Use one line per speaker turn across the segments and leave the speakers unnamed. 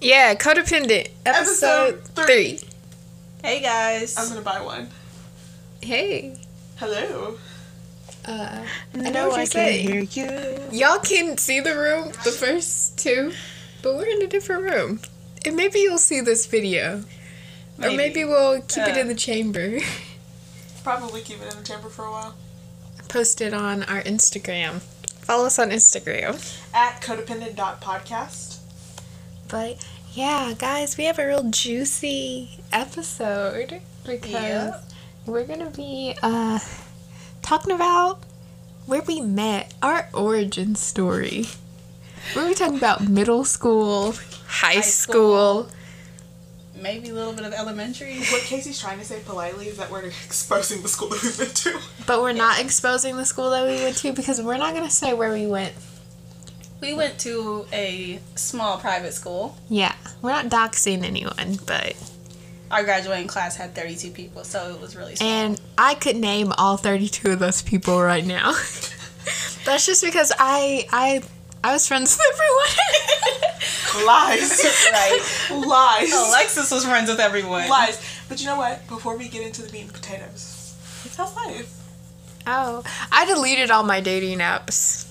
Yeah, codependent episode,
Episode
three. Hey
I'm
guys.
gonna buy one.
Hey.
Hello.
Uh, I know what you're saying.
you.
Y'all can see the room, the first two, but we're in a different room. And maybe you'll see this video, or maybe we'll keep it
Yeah.
in the chamber.
Probably keep it in the chamber for a while.
Post it on our Instagram. Follow us on Instagram.
At codependent.podcast.
But yeah, guys, we have a real juicy episode because
Yep.
we're gonna be uh, talking about where we met, our origin story. We're gonna be talking about middle school, high, school.
school. maybe a little bit of elementary.
What Casey's trying to say politely is that we're exposing the school that we've been to.
but we're not exposing the school that we went to because we're not gonna say where we went.
We went to a small private school.
Yeah, we're not doxing anyone, but
Our graduating class had 32 people, so it was really small.
And I could name all 32 of those people right now. That's just because I I I was friends with everyone.
Lies. Oh,
right.
Lies.
Oh, Alexis was friends with everyone.
Lies. But you know what? Before we get into the meat and potatoes, it's how's life?
oh, I deleted all my dating apps.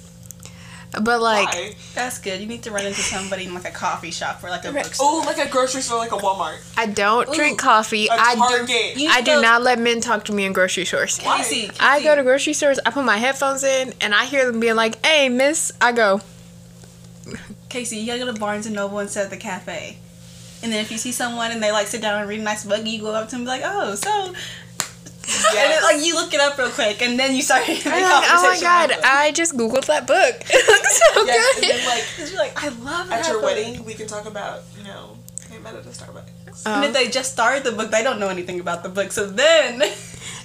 But like
Why?
That's good. You need to run into somebody in like a coffee shop or like a bookstore.
Oh, like a grocery store, like a Walmart.
I don't drink coffee.
A
I
Target.
do
You
I do
go-
not let men talk to me in grocery stores.
Why?
Casey,
Oh, I
Casey,
go to grocery stores, I put my headphones in, and I hear them being like, "Hey, miss," I go,
Casey, you gotta go to Barnes and Noble instead of the cafe. And then if you see someone and they like sit down and read a nice book, you go up to them and be like, oh, so. And then,
Yes.
like you look it up real quick, and then you start. having the
I'm like, "Oh my
conversation around
god,
it.
I just googled that book. It looks so
Yes,
good."
and then like
'Cause you're like, I love that
at your
book."
wedding, we can talk about you know they met at a Starbucks.
And
Oh.
if they just started the book, they don't know anything about the book. So then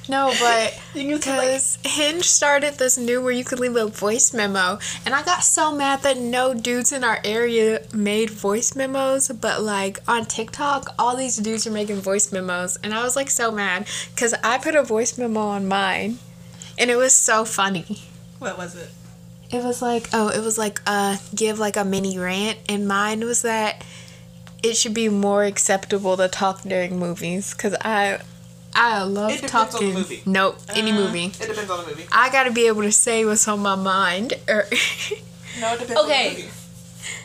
No, but
you can like,
Because Hinge started this new where you could leave a voice memo, and I got so mad that no dudes in our area made voice memos, but like on TikTok, all these dudes are making voice memos, and I was like so mad because I put a voice memo on mine, and it was so funny.
what was it?
It was like, oh, it was like, uh, give like a mini rant, and mine was that it should be more acceptable to talk during movies because I. I love
It depends on the
talking.
movie.
Nope, any movie.
It depends on the movie.
I gotta be able to say what's on my mind. Or
No, it depends
Okay.
on the movie.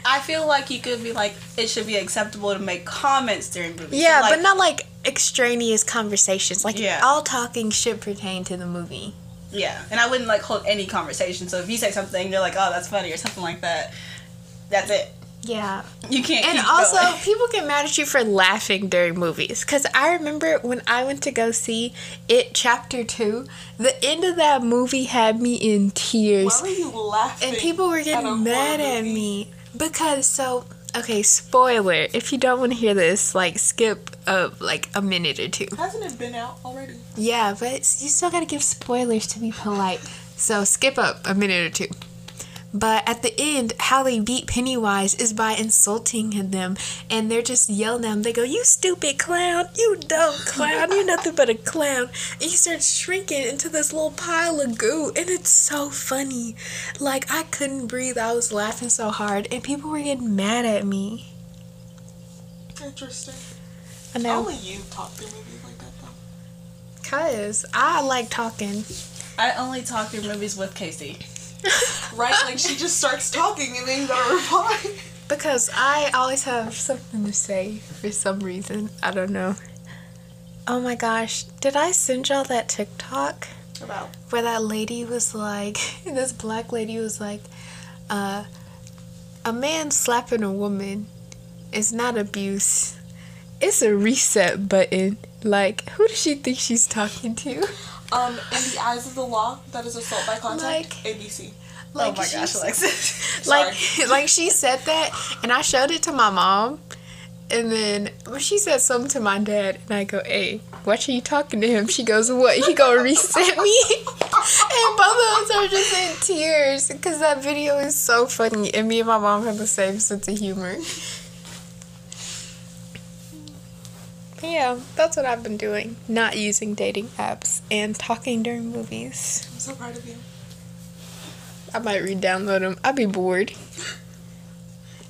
I feel like you could be like, it should be acceptable to make comments during movies. So,
yeah,
like,
but not like extraneous conversations. Like
Yeah.
all talking should pertain to the movie.
Yeah, and I wouldn't like hold any conversation. So if you say something, they're like, oh, that's funny or something like that. That's it.
Yeah,
You can't.
and
keep
also
going.
people get mad at you for laughing during movies. Cause I remember when I went to go see It Chapter Two, the end of that movie had me in tears.
Why were you laughing?
and people were
at a horror
getting mad at
movie?
me because so okay spoiler if you don't want to hear this like skip uh, like a minute or two
Hasn't it been out already?
Yeah, but you still gotta give spoilers to be polite. so skip up a minute or two. But at the end, how they beat Pennywise is by insulting them, and they're just yelling at him. They go, "You stupid clown! You dumb clown! You're nothing but a clown!" And he starts shrinking into this little pile of goo, and it's so funny. Like I couldn't breathe. I was laughing so hard, and people were getting mad at me.
Interesting.
I know,
Only you talk through movies like that though.
cause I like talking.
I only talk through movies with Casey.
Right? Like she just starts talking and then you gotta reply.
Because I always have something to say for some reason. I don't know. Oh my gosh, did I send y'all that TikTok
About
where that lady was like, this black lady was like, uh, a man slapping a woman is not abuse. It's a reset button. Like, who does she think she's talking to?
um in the eyes of the law, that is assault by contact.
Like-
ABC.
Like,
oh my gosh,
she's-
Alexis.
like like she said that and I showed it to my mom and then when she said something to my dad and I go, Hey, what are you talking to him? She goes, What? He gonna reset me? and both of us are just in tears because that video is so funny and me and my mom have the same sense of humor. But yeah, that's what I've been doing. Not using dating apps and talking during movies.
I'm so proud of you.
I might re download them. I'd be bored.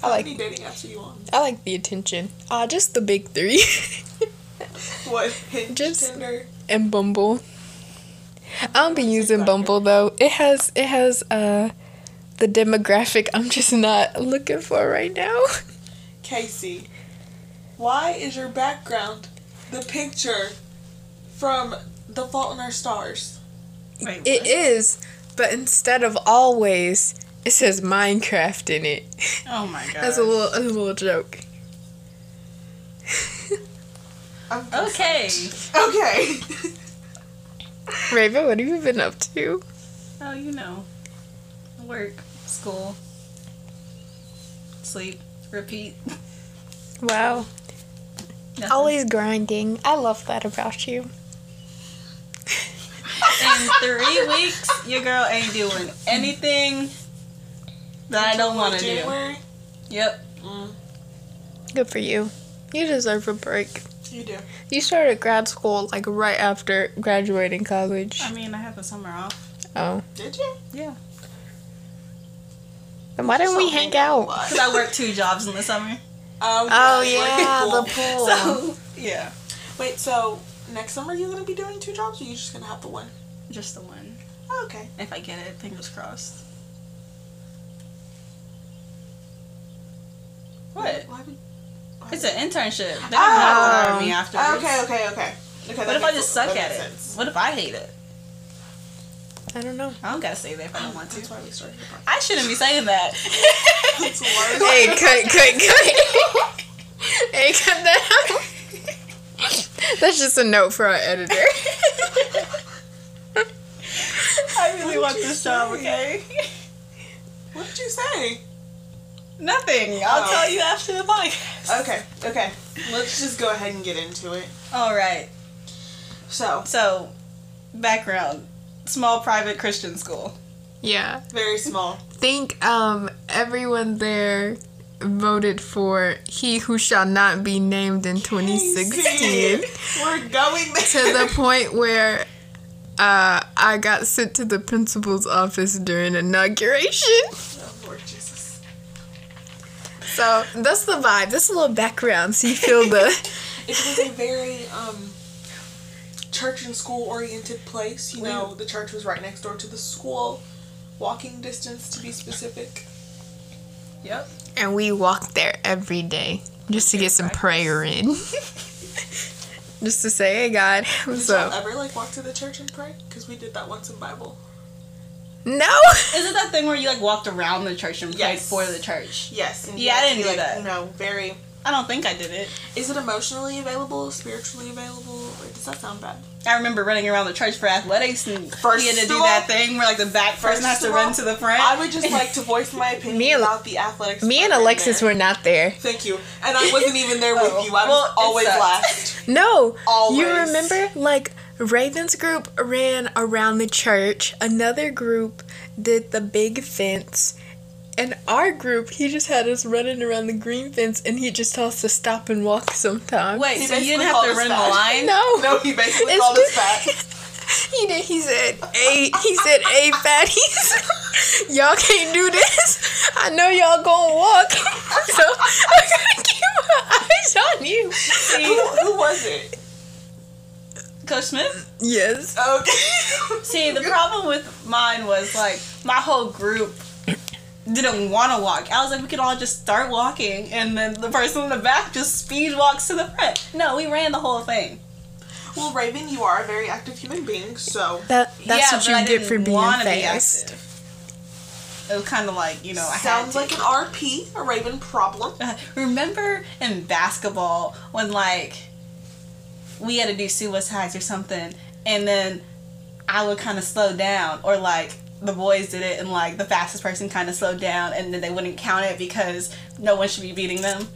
I
How
like-
many dating apps do you on?
I like the attention. Ah, just the big three.
What? Hinge,
Just-
Tinder.
and Bumble. I don't be using
TikTok.
Bumble though. It has it has uh the demographic I'm just not looking for right now.
Casey, why is your background the picture from The Fault in Our Stars?
Wait,
It is, but instead of always, it says Minecraft in it.
Oh my god.
That's a little a little joke.
I'm
Okay.
Okay.
Raven, what have you been up to?
Oh, you know. Work, school, sleep, repeat.
Wow.
Nothing.
Always grinding. I love that about you.
In three weeks, your girl ain't doing anything that I don't want to do.
January.
Yep.
Mm,
Good for you. You deserve a break.
you do.
You started grad school like right after graduating college.
I mean, I have the summer off.
Oh.
Did you?
Yeah.
Then why didn't we
Something
hang out?
like
Because
that.
I work two jobs in the summer.
Um,
Oh
like
yeah,
pool.
the pool.
So, yeah.
Wait, so next summer you're gonna be doing two jobs, or you just gonna have the one?
Just the one.
Oh, okay.
If I get it, fingers crossed. What?
Why would- why
It's
would-
an internship. They're
Oh.
not gonna hire me
Oh,
afterwards.
okay, okay, okay. Okay. that
What if I
makes-
just
that
suck at
makes
it?
sense.
What if I hate it?
I don't know.
I don't gotta say that if I don't want
That's
to.
why we started the podcast.
I shouldn't be saying that.
It's worse.
Hey, cut, cut, cut. hey, cut that out. That's just a note for our editor.
I really
What
want
did you
this job,
say?
okay?
What did you say?
Nothing. I'll
Oh.
tell you after the podcast.
Okay, okay. Let's just go ahead and get into it.
All right.
So,
So, background: small private Christian school.
yeah.
very small.
Think um everyone there voted for he who shall not be named in 2016
We're going there.
to the point where uh, I got sent to the principal's office during inauguration.
Oh, Lord Jesus.
So that's the vibe. That's a little background, so you feel the
It was a very um, church and school oriented place. You know, the church was right next door to the school, walking distance to be specific.
Yep.
and we walk there every day just to get some prayer in. just to say, hey God,
Did
what's
y'all
up?
ever like walk to the church and pray? Because we did that once in Bible.
No,
Is it that thing where you like walked around the church and prayed
Yes.
for the church?
Yes. and you
Yeah, I
had to
didn't
be,
do that.
No, very.
I don't think I did it.
Is it emotionally available? Spiritually available? Or does that sound bad?
I remember running around the church for athletics and
First
we had to do
of all-
that thing where like the back
First
person has to
of all,
run to the front.
I would just like to voice my opinion
Me and-
about the athletics.
me and
program
Alexis
there.
were not there.
Thank you. And I wasn't even there with
Oh,
you. I was
well, it
always
sucked.
last.
No,
Always.
you remember like Raven's group ran around the church. Another group did the big fence. And our group, he just had us running around the green fence, and he just told us to stop and walk sometimes.
Wait,
He
so you didn't
basically
have to
called us
run the
back.
line?
no,
No, he basically
It's
called us
just-
fat.
He did. He said, "Hey," he said, "Hey, fatties, y'all can't do this. I know y'all gonna walk, so I'm gonna keep my eyes on you."
Who, who was it?
Coach Smith?
Yes.
Okay.
See, the problem with mine was like my whole group didn't want to walk. I was like, we could all just start walking, and then the person in the back just speed walks to the front. No, we ran the whole thing.
well, Raven, you are a very active human being, so
That, that's
Yeah,
what
but
you
I
get
didn't
for being
wanna be
fast.
active. it was kind of like you know, I
sounds
had to.
like an RP, a Raven problem.
Uh, remember in basketball when like we had to do suicides or something and then i would kind of slow down or like the boys did it and like the fastest person kind of slowed down and then they wouldn't count it because no one should be beating them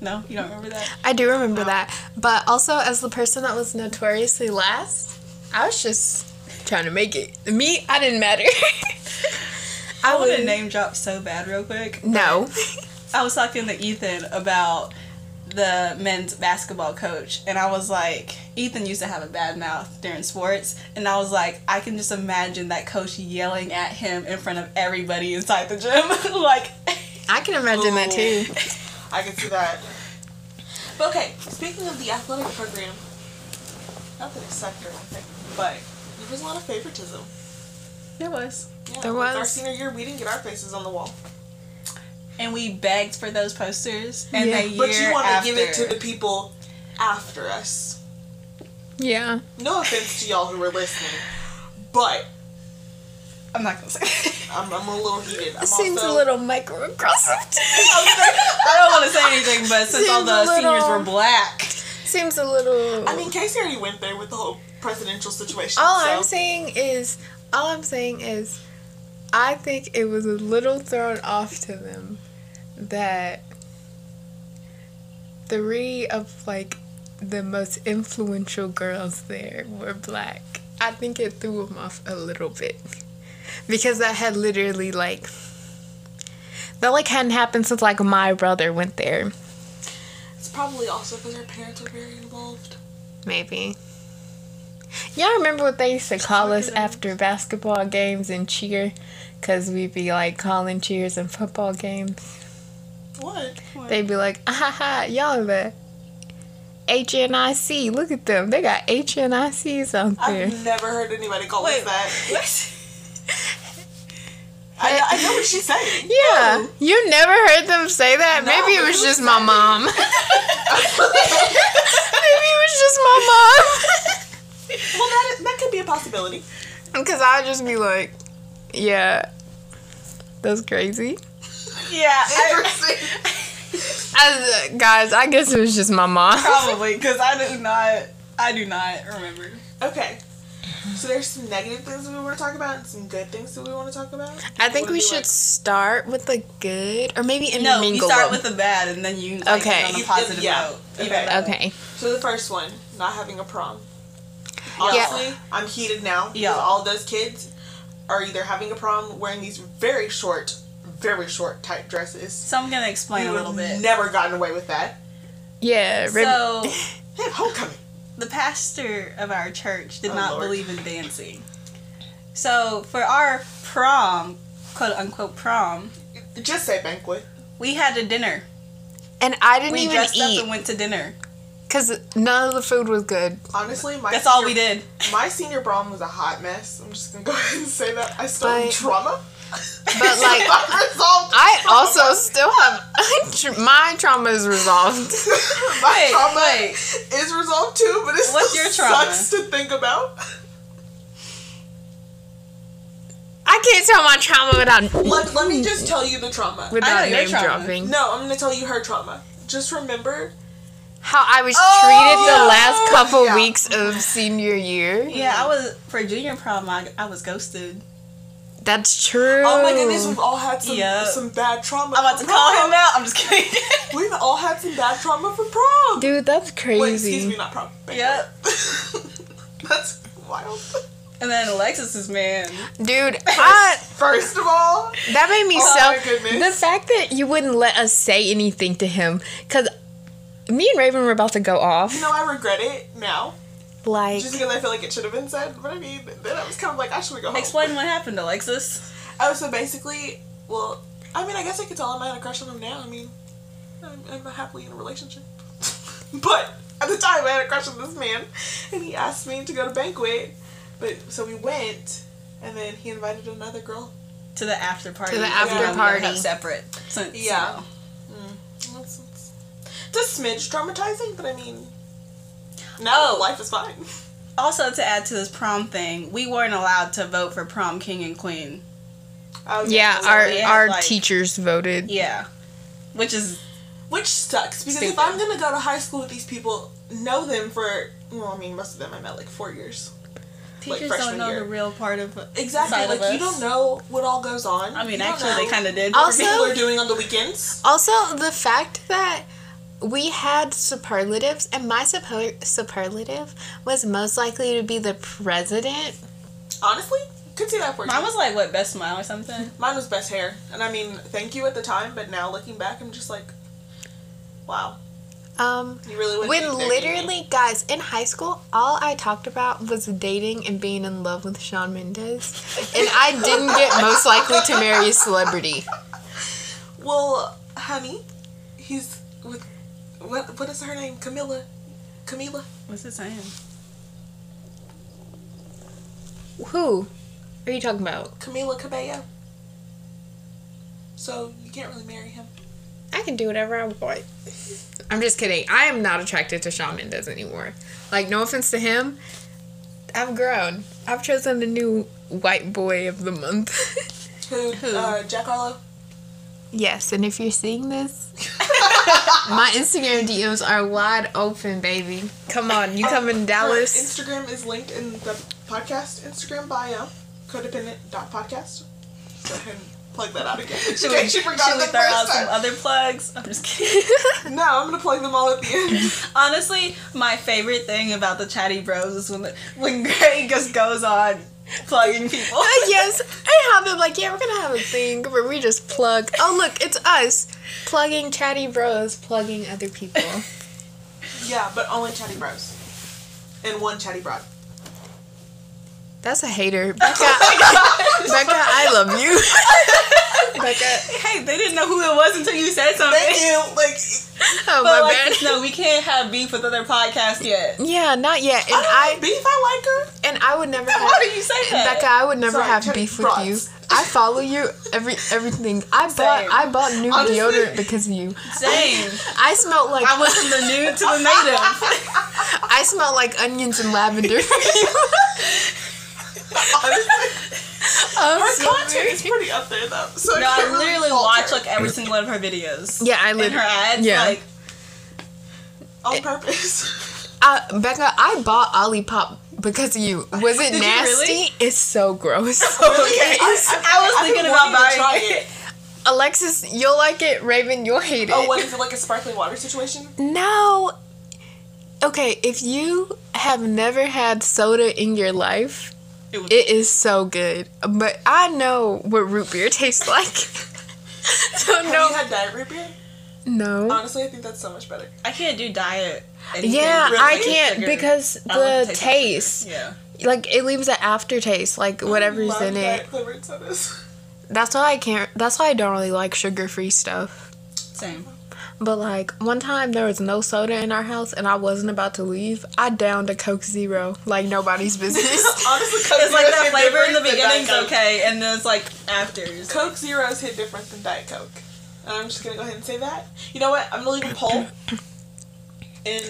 no you don't remember that
I do remember that, but also as the person that was notoriously last, I was just trying to make it. Me, I didn't matter.
i want to
wouldn't-
name drop so bad real quick
No.
I was talking to Ethan about the men's basketball coach, and I was like, Ethan used to have a bad mouth during sports, and I was like, I can just imagine that coach yelling at him in front of everybody inside the gym, like.
I can imagine that too.
I can see that. But okay, speaking of the athletic program, not that it sucked or anything, but there was a lot of favoritism.
There was.
Yeah,
There
it Our
was.
senior year, we didn't get our faces on the wall.
And we begged for those posters. And
Yeah.
the year
But you want to
after,
give it to the people after us.
Yeah.
No offense to y'all who were listening, but
I'm not going to say
I'm, I'm a little heated. I'm
It seems
also,
a little microaggressive.
I don't want to say anything, but since all
Seems
the
a little-
seniors were black.
seems a little.
I mean, Casey already went there with the whole presidential situation.
all
so.
I'm saying is, all I'm saying is, I think it was a little thrown off to them that three of like the most influential girls there were black. I think it threw them off a little bit because that had literally like that like hadn't happened since like my brother went there.
It's probably also because her parents were very involved.
Maybe. Y'all remember what they used to call us
Soccer
after basketball games and cheer? Because we'd be like calling cheers in football games.
What?
They'd be like, ah, ha, ha, y'all are the HNIC. Look at them. They got HNICs out there.
I've never heard anybody call us
Wait,
that.
what?
I, know- I know what she's saying.
Yeah. You never heard them say that? Maybe it was
who
just my mom. Maybe it was just my mom.
Well, that, that could be a possibility.
Because I would just be like, yeah, that's crazy.
Yeah, I,
Interesting.
I, guys, I guess it was just my mom.
probably because I do not. I do not remember.
okay. So there's some negative things that we want to talk about and some good things that we want to talk about.
I think
Wanna
we
be
should
like-
start with the good, or maybe
No,
intermingle.
you
them.
start with the bad and then you like,
Okay.
okay. on
You-
a positive
yeah.
note.
You
about
bet.
it.
okay.
So the first one, not having a prom.
Yeah.
Honestly, I'm heated now.
Yeah.
because All those kids are either having a prom wearing these very short, very short tight dresses.
So I'm gonna explain
We
a
would
little bit.
Never gotten away with that.
Yeah. rib-
So
They had homecoming.
the pastor of our church did
Oh,
not
Lord.
believe in dancing. So for our prom, quote unquote prom,
Just say banquet.
we had a dinner.
and I didn't
We
even
dressed up
eat
and went to dinner.
because none of the food was good.
Honestly, my
That's all
senior-
we did.
My senior prom was a hot mess. I'm just gonna go ahead and say that. I still have
But-
trauma.
But like,
I resolved
I also still have my trauma is resolved.
my
Wait,
trauma
wait.
is resolved too, but it
What's
still
your trauma?
sucks to think about.
I can't tell my trauma without
Let, let me just tell you the trauma.
without
your
name
trauma.
dropping.
No, I'm gonna tell you her trauma. Just remember,
How I was
Oh,
treated the
yeah.
last couple
Yeah.
weeks of senior year.
Yeah, I was for junior prom. I, I was ghosted.
That's true.
oh my goodness, we've all had some
Yeah.
some bad trauma.
I'm about to
from
call
prom.
him out. I'm just kidding.
We've all had some bad trauma from prom.
Dude, that's crazy.
Wait, excuse me, not prom. banquet.
yep.
That's wild.
And then Alexis's man.
Dude, I,
First of all,
that made me
Oh
so.
my goodness.
The fact that you wouldn't let us say anything to him, because me and Raven were about to go
you
off.
know I regret it now.
Like,
Just because I feel like it should have been said, but I mean, then I was kind of like, I should go home.
Explain what happened, Alexis.
Oh, so basically, well, I mean, I guess I could tell him I had a crush on him now. I mean, I'm, I'm happily in a relationship. but at the time, I had a crush on this man, and he asked me to go to banquet. But so we went, and then he invited another girl.
To the after party.
To the
because
after
we were
party.
Separate. Since, you
Yeah.
know.
That's, that's, it's a smidge traumatizing, but I mean, now
Oh.
life is fine.
Also, to add to this prom thing, we weren't allowed to vote for prom king and queen.
I was-
yeah,
so-
our
we had,
our
like-
teachers voted.
Yeah. Which is
which sucks because if
Stupid.
I'm gonna go to high school with these people, know them for well, I mean, most of them I met like four years.
teachers
freshman
don't know
year.
the real part of
Exactly.
side
like
of
you
us.
don't know what all goes on.
I mean,
You don't
actually, they
know
kind of did.
what
Also-
people are doing on the weekends.
Also, the fact that we had superlatives, and my super- superlative was most likely to be the president.
Honestly, could see that for you.
mine was like what best smile or something.
Mine was best hair, and I mean, thank you at the time, but now looking back, I'm just like, wow,
Um,
you really went.
when literally, guys, in high school, all I talked about was dating and being in love with Sean Mendes, and I didn't get most likely to marry a celebrity.
Well, honey, he's with what? What is her name? Camilla. Camila.
What's his name?
Who are you talking about?
Camila Cabello. So you can't really marry him.
I can do whatever I want. I'm just kidding. I am not attracted to Shawn Mendes anymore. Like, no offense to him. I've grown. I've chosen the new white boy of the month.
Who?
Who?
Uh, Jack Harlow.
yes, and if you're seeing this, my Instagram DMs are wide open, baby. Come on, you come in Dallas.
Her Instagram is linked in the podcast Instagram bio, codependent.podcast. Go ahead and plug that out again.
Should
In
we,
case you
should we
forgot the
throw out
first
some
time.
other plugs? I'm just kidding.
No, I'm gonna plug them all at the end.
Honestly, my favorite thing about the chatty bros is when the, when Gray just goes on plugging people.
Uh, yes, I have them like, yeah, we're gonna have a thing where we just plug. Oh, look, it's us plugging chatty bros, plugging other people.
yeah, but only chatty bros. And one chatty broad.
That's a hater.
Oh
Becca, Becca I love you. Becca,
Hey, they didn't know who it was until you said something.
Thank you. Like,
oh
But
my
like,
bad.
no, we can't have beef with other podcasts yet.
Yeah, not yet. And
I don't
I
have beef. I like her.
and I would never
Why
have
did you say that?
Becca, I would never
Sorry,
have
Teddy
beef with you.
Brats.
I follow you every everything. I bought
Same.
I bought new
Honestly.
deodorant because of you.
Same.
I smelled like
I went from the nude to the native.
I smelled like onions and lavender.
Her
Oh, so
content
weird.
is pretty up there though. So
No,
you
I
can't really
literally
fault
watch
her
like every single one of her videos.
yeah, I
And her
literally.
ads,
Yeah.
like
on purpose.
I, Becca, I bought Olipop because of you. Was it
Did you
nasty?
really?
It's so gross.
Okay.
I,
I was
I've been
thinking
wanting
about
to
buying
try it.
Alexis, you'll like it. Raven, you'll hate it.
Oh, what is it like a sparkling water situation?
No. Okay, if you have never had soda in your life,
it was
it is so good. But I know what root beer tastes like. so
Have
no,
you had diet root beer?
no.
Honestly, I think that's so much better.
I can't do diet. anything
Yeah,
with
I
sugar.
can't
Sugar.
because
I love
the
the
taste,
taste. Yeah.
like it leaves an aftertaste, like whatever's
Love
in
diet
it.
flavored sodas.
That's why I can't. That's why I don't really like sugar-free stuff.
Same.
But like one time there was no soda in our house and I wasn't about to leave. I downed a Coke Zero like nobody's business.
Honestly, Coke
It's like
Zero's
that
hit
flavor in the
different than
beginning's
Diet Coke.
okay, and then it's like afters.
Coke Zero's hit different than Diet Coke. And I'm just gonna go ahead and say that. You know what? I'm gonna leave a poll in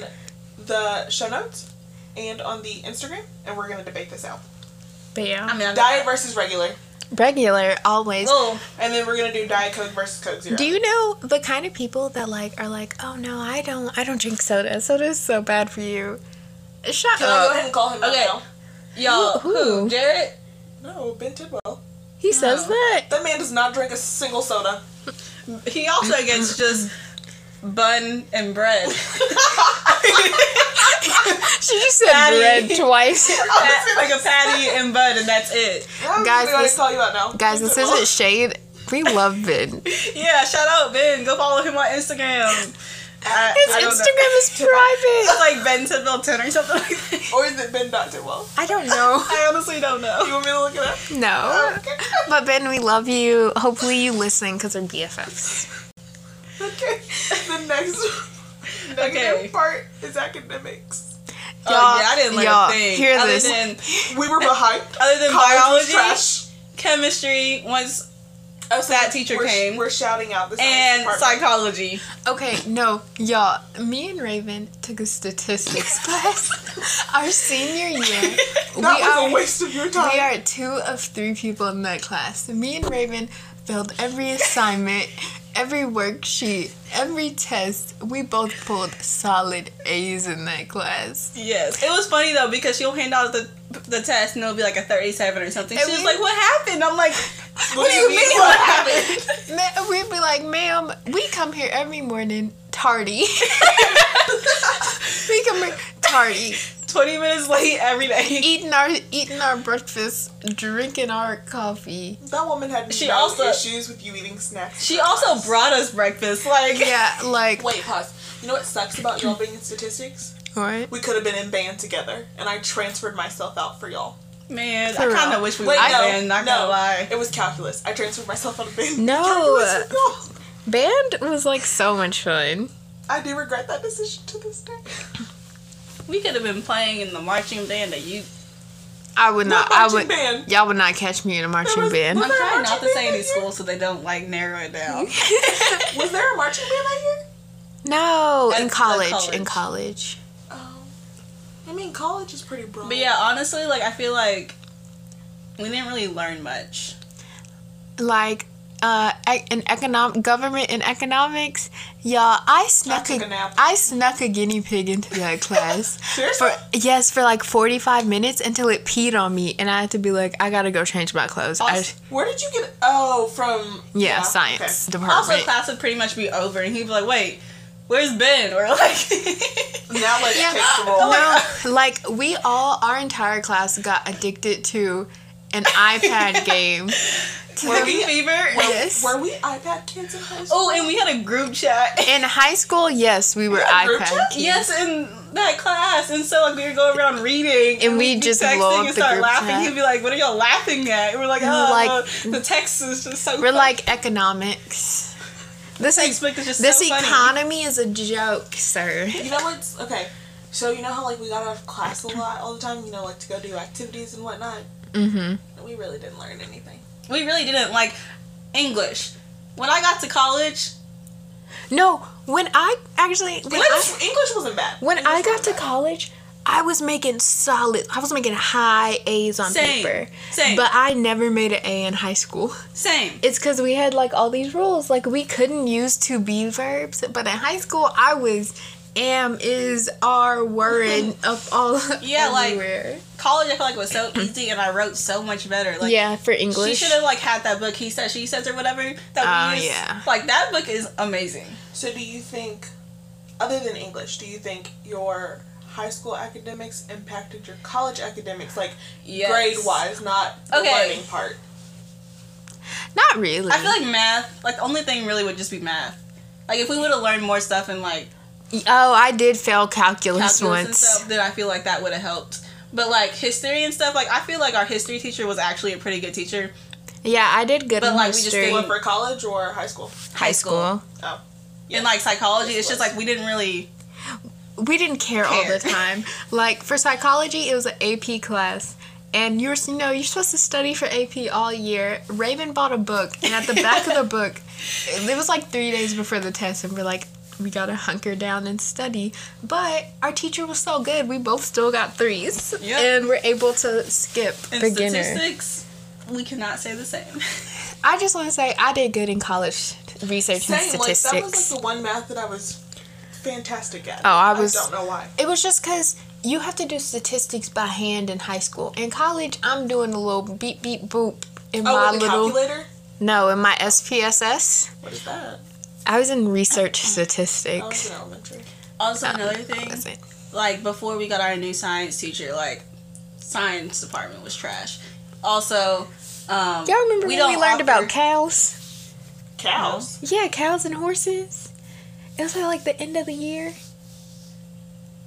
the show notes and on the Instagram, and we're gonna debate this out.
but yeah.
I mean, I'm
Diet versus regular,
regular always.
Oh,
and then we're gonna do Diet Coke versus Coke Zero.
Do you know the kind of people that like are like, "Oh no, I don't I don't drink soda. Soda is so bad for you." Shut
Can I go ahead
up.
and call him out
Okay.
now?
y'all,
Who-
who?
who?
Jared?
No, Ben Tidwell.
He says
No.
that.
That man does not drink a single soda.
He also gets just bun and bread.
She just said
Patty.
bread twice.
Pat- like a patty and bun, and that's it.
I'm
Guys,
just gonna
this-
call you out now.
Guys, this
Tidwell.
isn't shade. We love Ben.
Yeah, shout out Ben. Go follow him on Instagram. I,
His
I don't know.
Instagram is private.
It's like Ben Tidwell 10 or something like that.
Or is it Ben Dot Tidwell?
I don't know.
I honestly don't know.
You want me to look it up?
No.
Okay.
But Ben, we love you. Hopefully you listen cuz we're BFFs.
Okay. The next negative
Okay.
part is academics.
Oh,
Y'all-
yeah, I didn't learn
y'all,
a thing.
hear
other
this.
Than,
We were behind.
other than
College was
biology,
trash.
chemistry, once
Oh, so
That teacher
we're,
came.
We're shouting out this
and psychology.
Okay, no, y'all. Me and Raven took a statistics class our senior year. we
That was
are
a waste of your time.
we are two of three people in that class. Me and Raven failed every assignment, every worksheet, every test. We both pulled solid A's in that class.
Yes. It was funny though because she'll hand out the the test and it'll be like a 37 or something.
And
She was
we-
like, What happened? I'm like, What do you mean what
what
happened?
Ma- We'd be like, "Ma'am, we come here every morning tardy. we come here tardy."
20 minutes late every day.
eating our eating our breakfast, drinking our coffee.
That woman had
She
no
also-
issues with you eating snacks.
She also brought us breakfast. Like,
Yeah, like
Wait, pause. You know what sucks about y'all being in statistics?
what?
We could have been in band together, and I transferred myself out for y'all.
man,
For
I kind
real.
of wish we
Wait,
would have
no,
been, not
no.
gonna lie.
It was calculus. I transferred myself out of band.
No.
Calculus was wrong.
Band was like so much fun.
I do regret that decision to this day.
We could have been playing in the marching band that you.
I would not. I
marching
would.
band.
Y'all would not catch me in a marching
was-
band.
what-
I'm
there a
trying not
marching
to say
band
any
that year?
schools so they don't like narrow it down.
Was there a marching band that year?
no,
That's
in
the
college,
college.
In college.
Um, I mean, college is pretty broad.
But yeah, honestly, like I feel like we didn't really learn much.
Like. Uh, ec- in economic government and economics, y'all, I snuck
took a nap.
I snuck a guinea pig into that class.
Seriously?
For yes, for like forty five minutes until it peed on me, and I had to be like, I gotta go change my clothes. I-
Also, where did you get? Oh, from
yeah, science
okay.
department.
Also, class would pretty much be over, and he'd be like, "Wait, where's Ben?" Or like,
Now let's take the
Oh
roll.
No, Oh, like we all, our entire class got addicted to an iPad game. Um,
Were
Cabin
we,
Fever.
Yes.
were we iPad kids in high school?
Oh, and we had a group chat.
In high school, yes, we were
had a group
iPad
chat?
kids.
Yes, in that class, and so like we would go around reading,
And we'd
we'd be
just blow up the group
laughing.
chat.
He'd be like, "What are y'all laughing at?" And we're like,
And we're
"Oh,
like-
the text is just so."
We're
funny.
like economics. This e-
Text book is just
this
so funny.
economy is a joke, sir.
You know what's okay? So you know how like we got out of class a lot all the time. You know, like to go do activities and whatnot.
Mm-hmm.
We really didn't learn anything.
we really didn't like English. When I got to college,
No, when I actually when I,
English, English wasn't bad.
when
English
I got
wasn't
to
bad.
college, I was making solid. I was making high A's on
Same,
paper,
same.
but I never made an A in high school.
same.
It's because we had like all these rules. Like we couldn't use to be verbs, but in high school I was am, is, are, weren't up all
Yeah, like-
everywhere.
College, I feel like was so easy, and I wrote so much better. Like,
yeah, for
She
English.
should have like had that book. He said, she says, or whatever
Ah,
that
Oh,
we use.
yeah.
Like that book is amazing.
So do you think, other than English, do you think your high school academics impacted your college academics, like
Yes.
grade wise, not the
Okay.
learning part?
Not really.
I feel like math. Like the only thing really would just be math. Like if we would have learned more stuff in like
oh, I did fail calculus,
calculus and
once.
stuff, then I feel like that would have helped. But like history and stuff, like I feel like our history teacher was actually a pretty good teacher.
Yeah, I did good
But,
in
like, we just
history.
did
What for college or high school?
high school.
Oh,
In like psychology,
Yes,
it's just
was.
like we didn't really.
We didn't care, all the
Care.
time. like for psychology, it was an AP class. And you're, you know, you're supposed to study for AP all year. Raven bought a book, and at the back of the book, it was like three days before the test, and we're like, we gotta hunker down and study. But our teacher was so good, we both still got threes,
Yep.
and we're able to skip
In
beginner.
statistics, we cannot say the same.
I just want to say I did good in college research and
same. Like
statistics.
that was like the one math that I was fantastic at.
Oh, I was-
I don't know why.
It was just because you have to do statistics by hand in high school. In college, I'm doing a little beep beep boop in
Oh,
my
with the
little
calculator.
no in my SPSS.
What is that?
I was in research
I was
statistics.
in elementary.
Uh-huh. also,
No,
another
I
thing,
wasn't.
like before we got our new science teacher, like science department was trash. Also,
Y'all
um,
remember when we
don't
learned
offer-
about cows?
Cows.
Yeah, cows and horses. It was like the end of the year.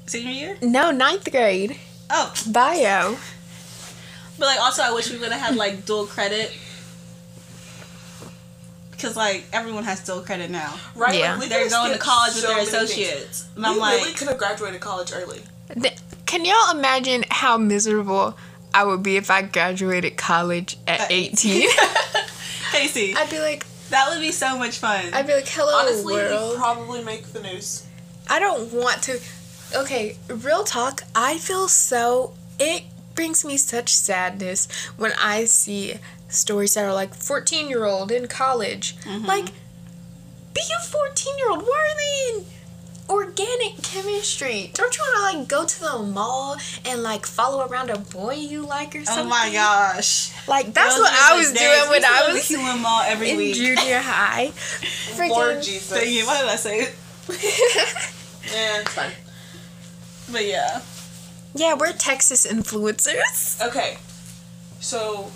senior year?
No, ninth grade
Oh,
bio.
But like, also, I wish we would have had like dual credit because like everyone has dual credit now.
Right.
Yeah.
Like, we
They're
could've
going to
skipped
college with
so
their
many things.
associates, and
We
I'm like,
really could have graduated college early.
Th- Can y'all imagine how miserable I would be if I graduated college at
At
18?
Casey,
I'd be like,
that would be so much fun.
I'd be like, hello
Honestly,
"Oh, world.
we probably make the news.
I don't want to. Okay, real talk. I feel so. It brings me such sadness when I see stories that are like 14 year old in college.
Mm-hmm.
Like, be a 14 year old. Why are they in organic chemistry? Don't you want to like go to the mall and like follow around a boy you like or something?
oh my gosh,
Like, that's
Those
what
were
I
the
was
days.
doing
We
when
used to
I
go to
was
the Human Mall every
in
week.
junior high.
Lord
Freaking.
Jesus.
Dang it, why did I say it?
Yeah, it's fine.
But yeah,
yeah, we're Texas influencers.
Okay, so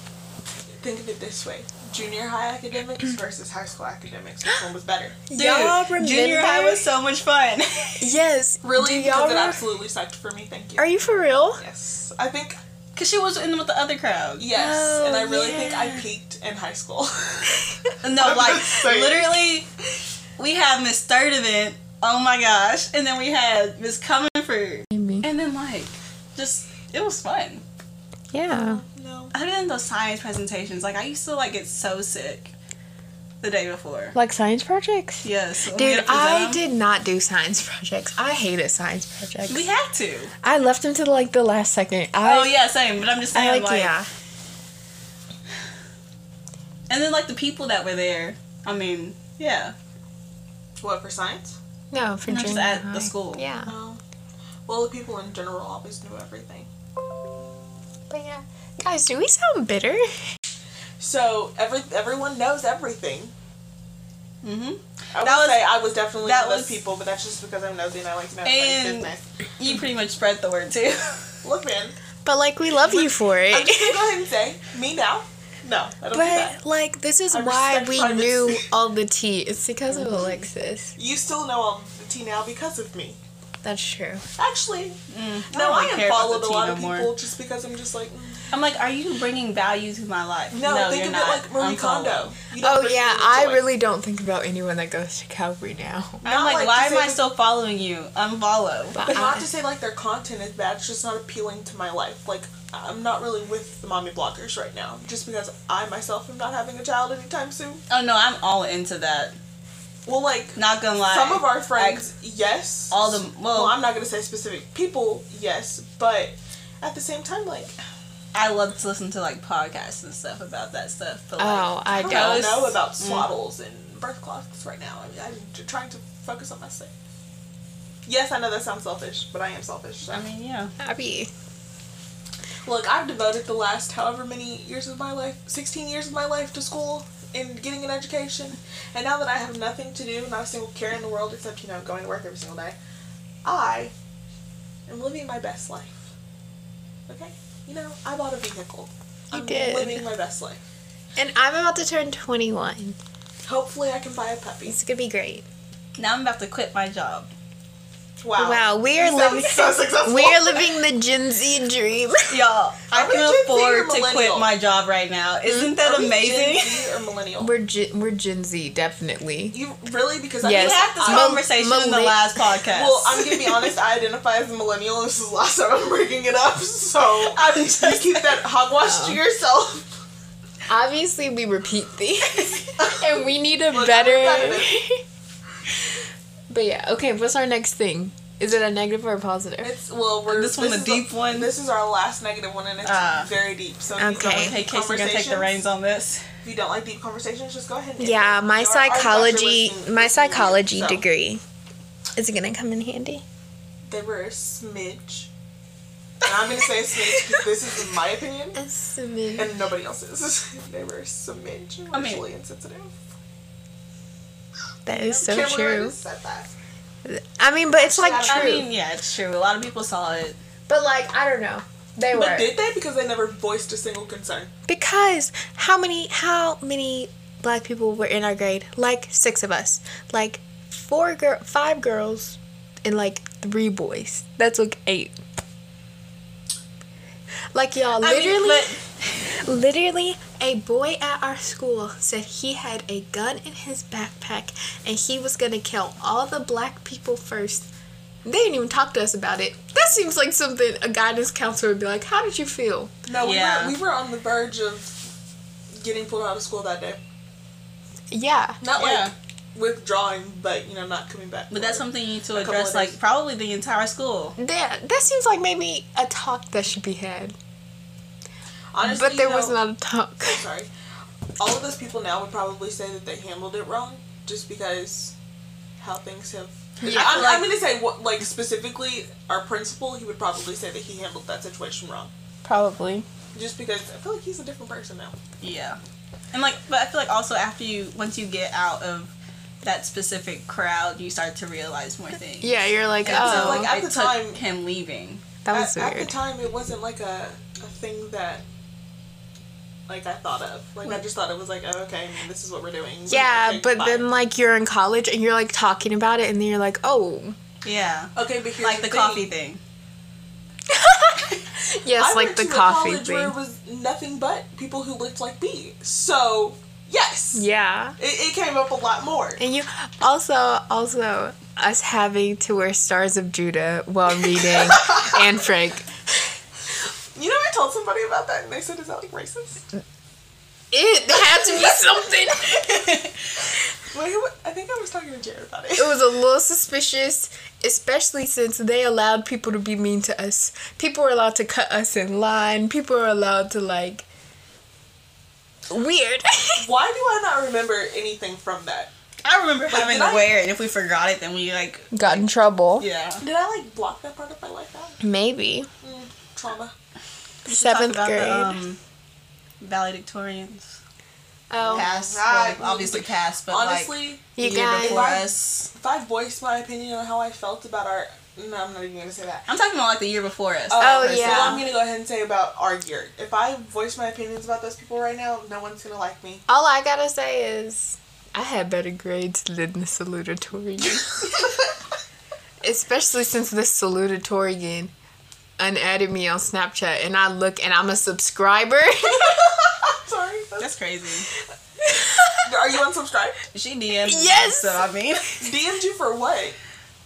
think of it this way: junior high academics versus high school academics. Which one was better?
dude,
Y'all remember?
junior high was so much fun.
Yes. Do
Really,
y'all
because it
re-
absolutely sucked for me. Thank you.
Are you for real?
yes, I think
Cause she was in with the other crowd.
yes,
Oh,
and I really
yeah.
think I peaked in high school.
No,
I'm
like
just saying.
literally, we had Miss Sturdivant. Oh my gosh. And then we had Miss Comerford.
Maybe.
And then like just it was fun.
Yeah.
No.
Other than those science presentations, like I used to like get so sick the day before.
Like science projects?
Yes. when we
Dude,
had to
I
present 'em.
did not do science projects. I hated science projects.
We had to.
I left them to like the last second. I,
oh yeah, same. But I'm just saying
I like,
like
yeah.
and then like the people that were there. I mean, yeah.
What for science?
No, for
No, just
junior
at the
high.
school.
Yeah.
No. Well, the people in general always knew everything.
But yeah. Guys, do we sound bitter?
So every everyone knows everything.
Mm-hmm.
I would
That was-
say I was definitely
that
one of
was-
those people, but that's just because I'm nosy and I like to know
And-
everybody's business.
You pretty much spread the word too.
Look, man,
But like we love you for
I'm just gonna
it.
go ahead and say me now. No, I don't do that.
But like this is
I
why
respect
we
privacy.
knew all the tea. It's because of Alexis.
You still know all the tea now because of me.
That's true.
Actually,
Mm,
no,
don't
I
really care about
unfollowed
the
a lot
tea
of
no more.
people just because I'm just like, mm,
I'm like, are you bringing value to my life?
no, think of it like Marie
Unfollow.
Kondo. You don't
Oh
really
yeah, I
enjoy.
really don't think about anyone that goes to Calvary now.
I'm
Not
like,
like
why
to
am I
say-
still following you? Unfollow.
But
But not
I-
to say like their content is bad, it's just not appealing to my life. Like I'm not really with the mommy bloggers right now, just because I myself am not having a child anytime soon.
Oh no, I'm all into that.
Well, like
Not gonna lie.
some of our friends, yes.
All the- well-
well, I'm not gonna say specific people, yes, but at the same time, like
I, I love to listen to like podcasts and stuff about that stuff. But like,
Oh, I
I don't
don't.
know about
Mm.
swaddles and birth cloths right now. I mean, I'm j- trying to focus on myself. Yes, I know that sounds selfish, but I am selfish. So.
I mean, yeah.
Abby.
Look, I've devoted the last however many years of my life, 16 years of my life to school and getting an education. And now that I have nothing to do, not a single care in the world except, you know, going to work every single day, I am living my best life. Okay? You know, I bought a vehicle.
You
I'm
did.
living my best life.
And I'm about to turn 21.
Hopefully, I can buy a puppy.
It's gonna be great.
Now I'm about to quit my job.
Wow.
Wow, we are
You sound
living.
so successful.
we are living the Gen Z dream.
Y'all, I
Are we Gen
can
Z
afford
or
to quit
millennial? Mm-hmm.
my job right now. Isn't that
Are we
amazing?
Gen Z or millennial?
we're Gen, we're Gen Z definitely.
You really because I
We
Yes.
had this
Mil-
conversation in the
millenn-
last podcast.
Well, I'm gonna be honest. I identify as a millennial. This is the last time I'm bringing it up, so
I'm
you
just- Oh.
keep that hogwash to yourself.
Obviously, we repeat these, and we need a
Look, I'm
better.
repetitive.
but yeah, okay. What's our next thing? Is it a negative or a positive?
It's well, we're
This one, the
is
deep one?
This is our last negative one, and it's
Ah.
very deep. So if you don't
Okay.
like
hey,
deep
Casey's gonna take the
conversations-
reins on this.
If you don't like deep conversations, just go ahead. And
Yeah, my
Our- our doctor
psychology,
listened-
my
listened to you,
psychology
so
degree. Is it gonna come in handy?
They were a smidge. And I'm gonna say a smidge because this is my opinion and nobody else's. they were a smidge
I mean-
racially insensitive.
That is so
Can't believe I
true.
just said that.
I mean, but it's like
I
true.
I mean, yeah, it's true. A lot of people saw it.
but like I don't know. They
But did they? Because they never voiced a single concern.
because how many how many black people were in our grade like six of us like four girl five girls and like three boys that's like eight like y'all
I mean,
literally
but-
literally a boy at our school said he had a gun in his backpack and he was gonna kill all the black people first they didn't even talk to us about it that seems like something a guidance counselor would be like how did you feel
No, we
Yeah.
were we were on the verge of getting pulled out of school that day.
yeah
Not
Yeah.
like withdrawing, but you know, not coming back.
But that's something you need to
A couple
address,
of
like
days.
probably the entire school.
That that seems like maybe a talk that should be had,
Honestly,
but there
you
was
know-
not a talk.
Sorry, all of those people now would probably say that they handled it wrong, just because how things have.
Yeah,
I'm,
like-
I'm gonna say what like specifically our principal. He would probably say that he handled that situation wrong,
Probably.
just because I feel like he's a different person now.
Yeah. And like, but I feel like also after you, once you get out of that specific crowd, you start to realize more things.
Yeah, you're like,
And
oh,
so, like at
At
the
the
took
time-
him leaving.
that was
at, at
weird.
the time, it wasn't like a, a thing that like I thought of. Like I just thought it was like, oh, okay, I mean, this is what we're doing.
yeah,
Okay,
but
bye.
then like you're in college and you're like talking about it, and then you're like, oh,
Yeah.
okay, but here's
Like the
thing.
coffee thing.
yes,
I
like
went
the
to a
coffee
college Where it
thing.
was nothing but people who looked like me. So Yes.
Yeah.
It, it came up a lot more.
And you also also us having to wear Stars of Judah while reading Anne Frank.
You know, I told somebody about that, and they said, "Is that like racist?"
It had to be something.
Well, he wa- I think I was talking to Jared about it.
It was a little suspicious, especially since they allowed people to be mean to us. People were allowed to cut us in line. People were allowed to like weird.
Why do I not remember anything from that?
I remember having
did
to
I-
wear it, and if we forgot it, then we like
Got in trouble.
yeah.
Did I like block that part of my life out?
Maybe.
Trauma.
Seventh
Talk about
grade.
The, um, valedictorians
oh.
passed,
God.
well, obviously passed, but like
Honestly,
the
You
year
guys-
before us.
if I voiced my opinion on how I felt about our, no, I'm not even gonna say that. Um,
I'm talking about like the year before us.
Oh,
so
yeah.
I'm gonna go ahead and say about our year. If I voice my opinions about those people right now, no one's gonna like me.
All I gotta say is I had better grades than the salutatorian. Especially since this salutatorian unadded me on Snapchat and I look and I'm a subscriber.
Sorry.
That's crazy.
Are you unsubscribed?
She DM'd
Yes!
so I mean,
DM'd you for what?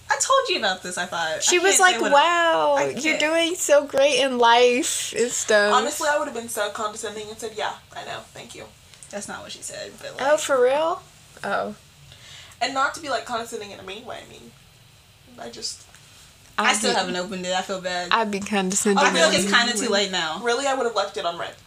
I told you about this. I thought
She
I
was
can't
like,
say what-
"Wow,
I
you're
can't-
doing so great in life and stuff."
Honestly, I would have been so condescending and said, "Yeah, I know, thank you,"
That's not what she said, but like,
oh, for real? Oh,
and not to be like condescending in a mean way. I mean, I just
I still
be,
haven't opened it. I feel bad. I,
I'd be condescending.
I
in
feel like
a
it's
mean
kind of too late now.
really I would have left it on red.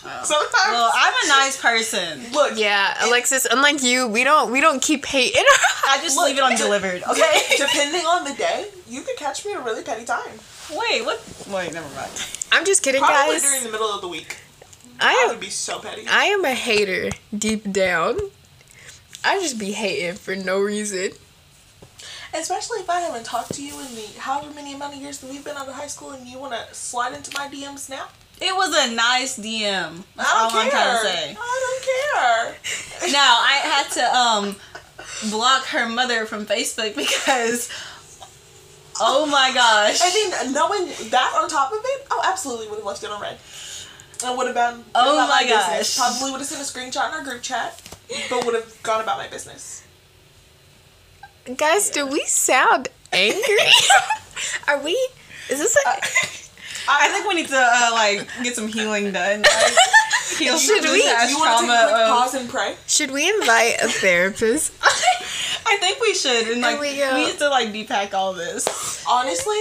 Sometimes.
Oh. Well, I'm a nice person.
Look,
way. Yeah, Alexis. Unlike you, we don't we don't keep hate in our.
I just
Look,
leave it on
d-
delivered.
Okay,
Okay.
depending on the day, you could catch me at a really petty time.
Wait. What? Wait. Never mind.
I'm just kidding,
Probably
guys.
during the middle of the week.
I
I
am
would be so petty.
I am a hater deep down. I just be hating for no reason.
Especially if I haven't talked to you in the however many amount of years that we've been out of high school and you want to slide into my DMs now?
It was a nice DM. That's
I
all
don't care.
I'm trying to say.
I don't care.
No, I had to um block her mother from Facebook because oh my gosh.
And then knowing that on top of it, I absolutely would have left it on red. I would have been.
Oh
about
my gosh.
Business. Probably would have sent a screenshot in our group chat, but would have gone about my business.
Guys, do we sound angry? Are we? Is this a?
I think we need to uh, like get some healing done. Like, heal
Should
from
we-
this past
you want to take a quick
trauma of-
pause and pray?
should we invite a therapist?
I think we should, and like
we
we,
go.
need to like depack all this.
Honestly,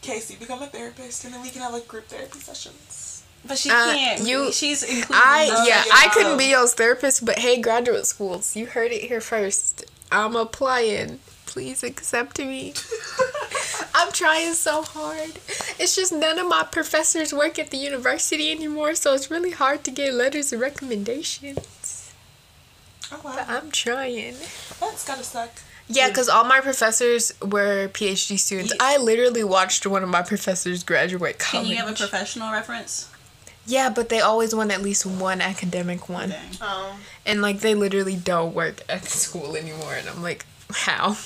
Casey, become a therapist, and then we can have like group therapy sessions.
But she
Uh,
can't.
you-
she's included.
I
in the-
yeah,
yeah.
I couldn't be y'all's therapist, but hey, graduate schools, you heard it here first. I'm applying. Please accept me. I'm trying so hard. It's just none of my professors work at the university anymore, so it's really hard to get letters of recommendations.
Oh
But um,
wow,
I'm trying.
that's gotta suck.
Yeah, because all my professors were PhD students.
Ye-
I literally watched one of my professors graduate
Can
college.
you have a professional reference?
yeah, but they always want at least one academic one.
Dang.
Um,
And like they literally don't work at the school anymore. And I'm like, how?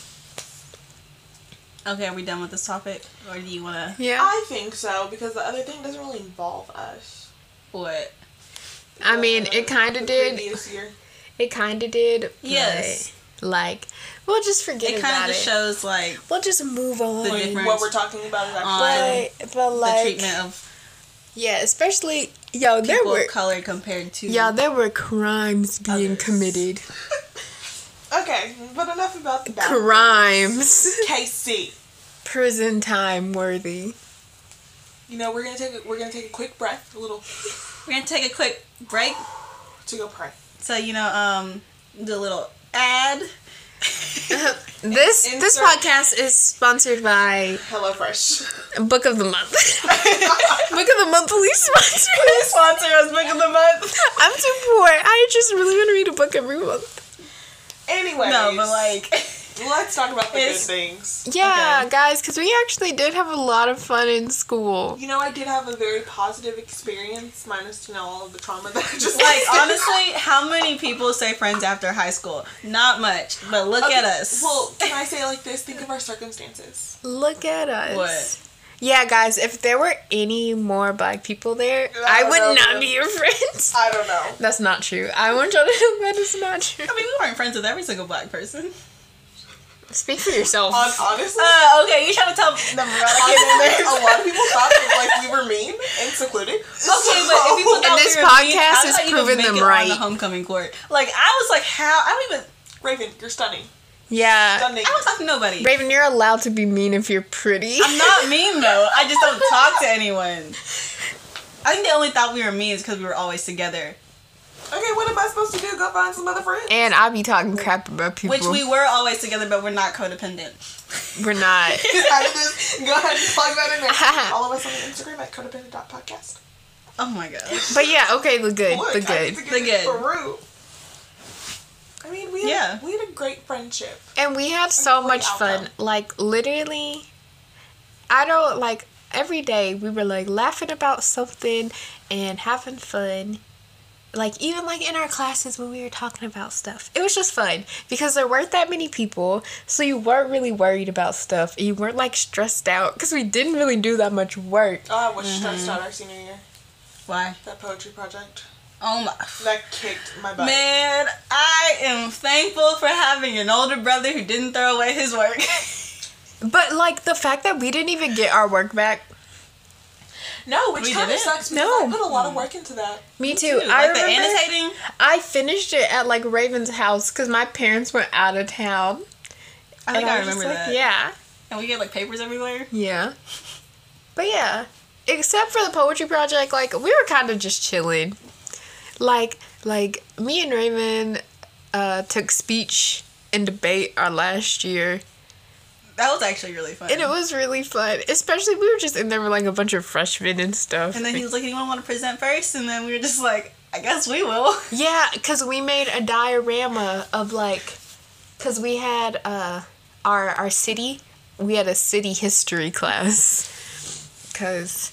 Okay, are we done with this topic, or do you want to?
Yeah.
I think so because the other thing doesn't really involve us.
What?
I mean, it kind
The
of did.
previous year.
It kind of did. but,
Yes.
Like, we'll just forget
It kind
about
of just
it.
shows like
we'll just move on.
difference.
What we're talking about is actually.
But, but like,
the treatment of
yeah, especially, yo, there
people
were,
of color compared to
yeah, there were crimes being
Others.
committed.
okay, but enough about the bad.
Crimes.
Casey.
Prison time worthy.
You know, we're gonna take a, we're gonna take a quick breath, a little
We're gonna take a quick break.
to go pray.
So you know, um, the little ad.
This this
Insert-
podcast is sponsored by
Hello Fresh.
Book of the Month. Book of the Month, please sponsor us.
Sponsor us book of the month.
I'm too poor. I just really want to read a book every month.
Anyways,
No, but like
let's talk about the good
It's-
things.
Yeah,
Okay.
guys, because we actually did have a lot of fun in school.
You know, I did have a very positive experience, minus you know all of the trauma that I just
like honestly, how many people say friends after high school? Not much. But look
Okay,
at us.
Well, can I say it like this? Think of our circumstances.
Look at us.
What?
Yeah, guys, if there were any more black people there, I
don't
would
know,
not
man.
be your friends.
I don't know.
That's not true. I want y'all to know that is not true.
I mean, we weren't friends with every single black person.
Speak for yourself.
On honestly,
Uh, okay, you trying to tell them
honestly, a lot of people thought that like we were mean and secluded.
Okay, but if you
So-
put out
this
there
podcast
being- how did
has
I even
proven
make
them
it on
right.
the homecoming court. Like I was like, how? I don't even.
Raven, you're stunning.
yeah.
Stunning.
I don't talk to nobody.
Raven, you're allowed to be mean if you're pretty.
I'm not mean though. I just don't talk to anyone. I think they only thought we were mean is because we were always together,
Okay, what am I supposed to do? Go find some other friends?
and I be talking crap about people.
which we were always together, but we're not codependent.
We're not.
I just go ahead and plug that in there. All of us on Instagram at codependent.podcast.
Oh my gosh.
But yeah, okay, the good,
Look,
the
I need to
good.
get
The
this
good.
For real. I mean, we had,
Yeah.
we had a great friendship.
And we had so
great
much fun.
outcome.
Like literally, I don't like every day we were like laughing about something and having fun. Like even like in our classes when we were talking about stuff, it was just fun because there weren't that many people, so you weren't really worried about stuff. and You weren't like stressed out because we didn't really do that much work.
Oh, I was
Mm-hmm.
stressed out our senior year.
Why?
That poetry project.
Oh my.
That kicked my butt.
Man, I am thankful for having an older brother who didn't throw away his work.
But like the fact that we didn't even get our work back.
No,
We
which kind of
didn't?
sucks. because
No. Mm-hmm.
I put a lot of work into that.
Me too.
Dude,
I
like the
remember.
annotating.
I finished it at like Raven's house because my parents were out of town.
I think
And
I
was just
remember
like,
that.
Yeah,
And we get like papers everywhere.
yeah. But yeah, except for the poetry project, like we were kind of just chilling. Like, like me and Raven uh, took speech and debate our last year,
That was actually really fun.
and it was really fun. Especially we were just in there with like a bunch of freshmen and stuff.
And then he was like, anyone want to present first? And then we were just like, I guess we will.
Yeah, because we made a diorama of like, because we had uh, our our city, we had a city history class, because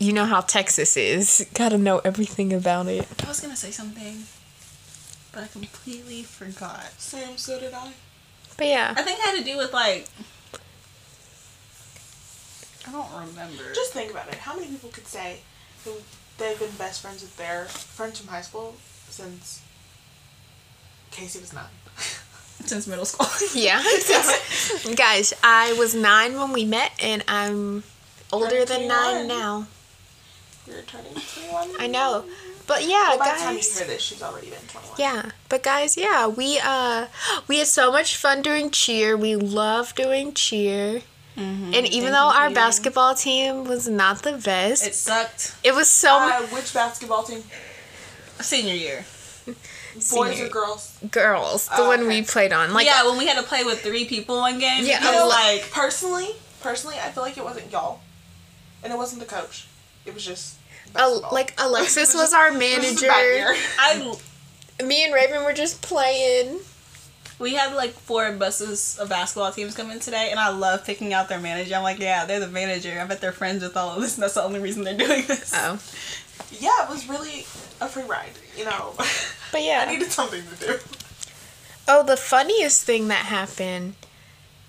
you know how Texas is, gotta know everything about it.
I was going to say something, but I completely forgot.
Sam, so did I.
But yeah,
I think it had to do with like. I don't remember.
Just think about it. How many people could say who they've been best friends with their friends from high school since Casey was nine?
since middle school.
yeah, guys, I was nine when we met, and I'm older than nine
21.
now.
You're turning 21.
I know, but yeah,
By
guys.
the time you hear this, she's already been 21.
Yeah, but guys, yeah, we uh we had so much fun doing cheer. We love doing cheer.
Mm-hmm.
And even though our basketball team was not the best,
It sucked.
it was so
Uh, which basketball team?
Senior year.
Boys
Senior.
or girls?
mu- girls. The
Oh,
one
okay.
we played on, like
yeah, when we had to play with three people one game.
Yeah, oh.
you
I
know,
lo-
like
Personally, personally, I feel like it wasn't y'all, and it wasn't the coach. It was just.
Al-
basketball.
like
It
Alexis was
just-
our
it was just a bad
manager.
year.
I
Me and Raven were just playing.
we had like four buses of basketball teams come in today, and I love picking out their manager. I'm like, yeah, they're the manager. I bet they're friends with all of this, and that's the only reason they're doing this.
Oh,
Yeah, it was really a free ride. You know,
but
I
yeah.
needed something to do.
Oh, the funniest thing that happened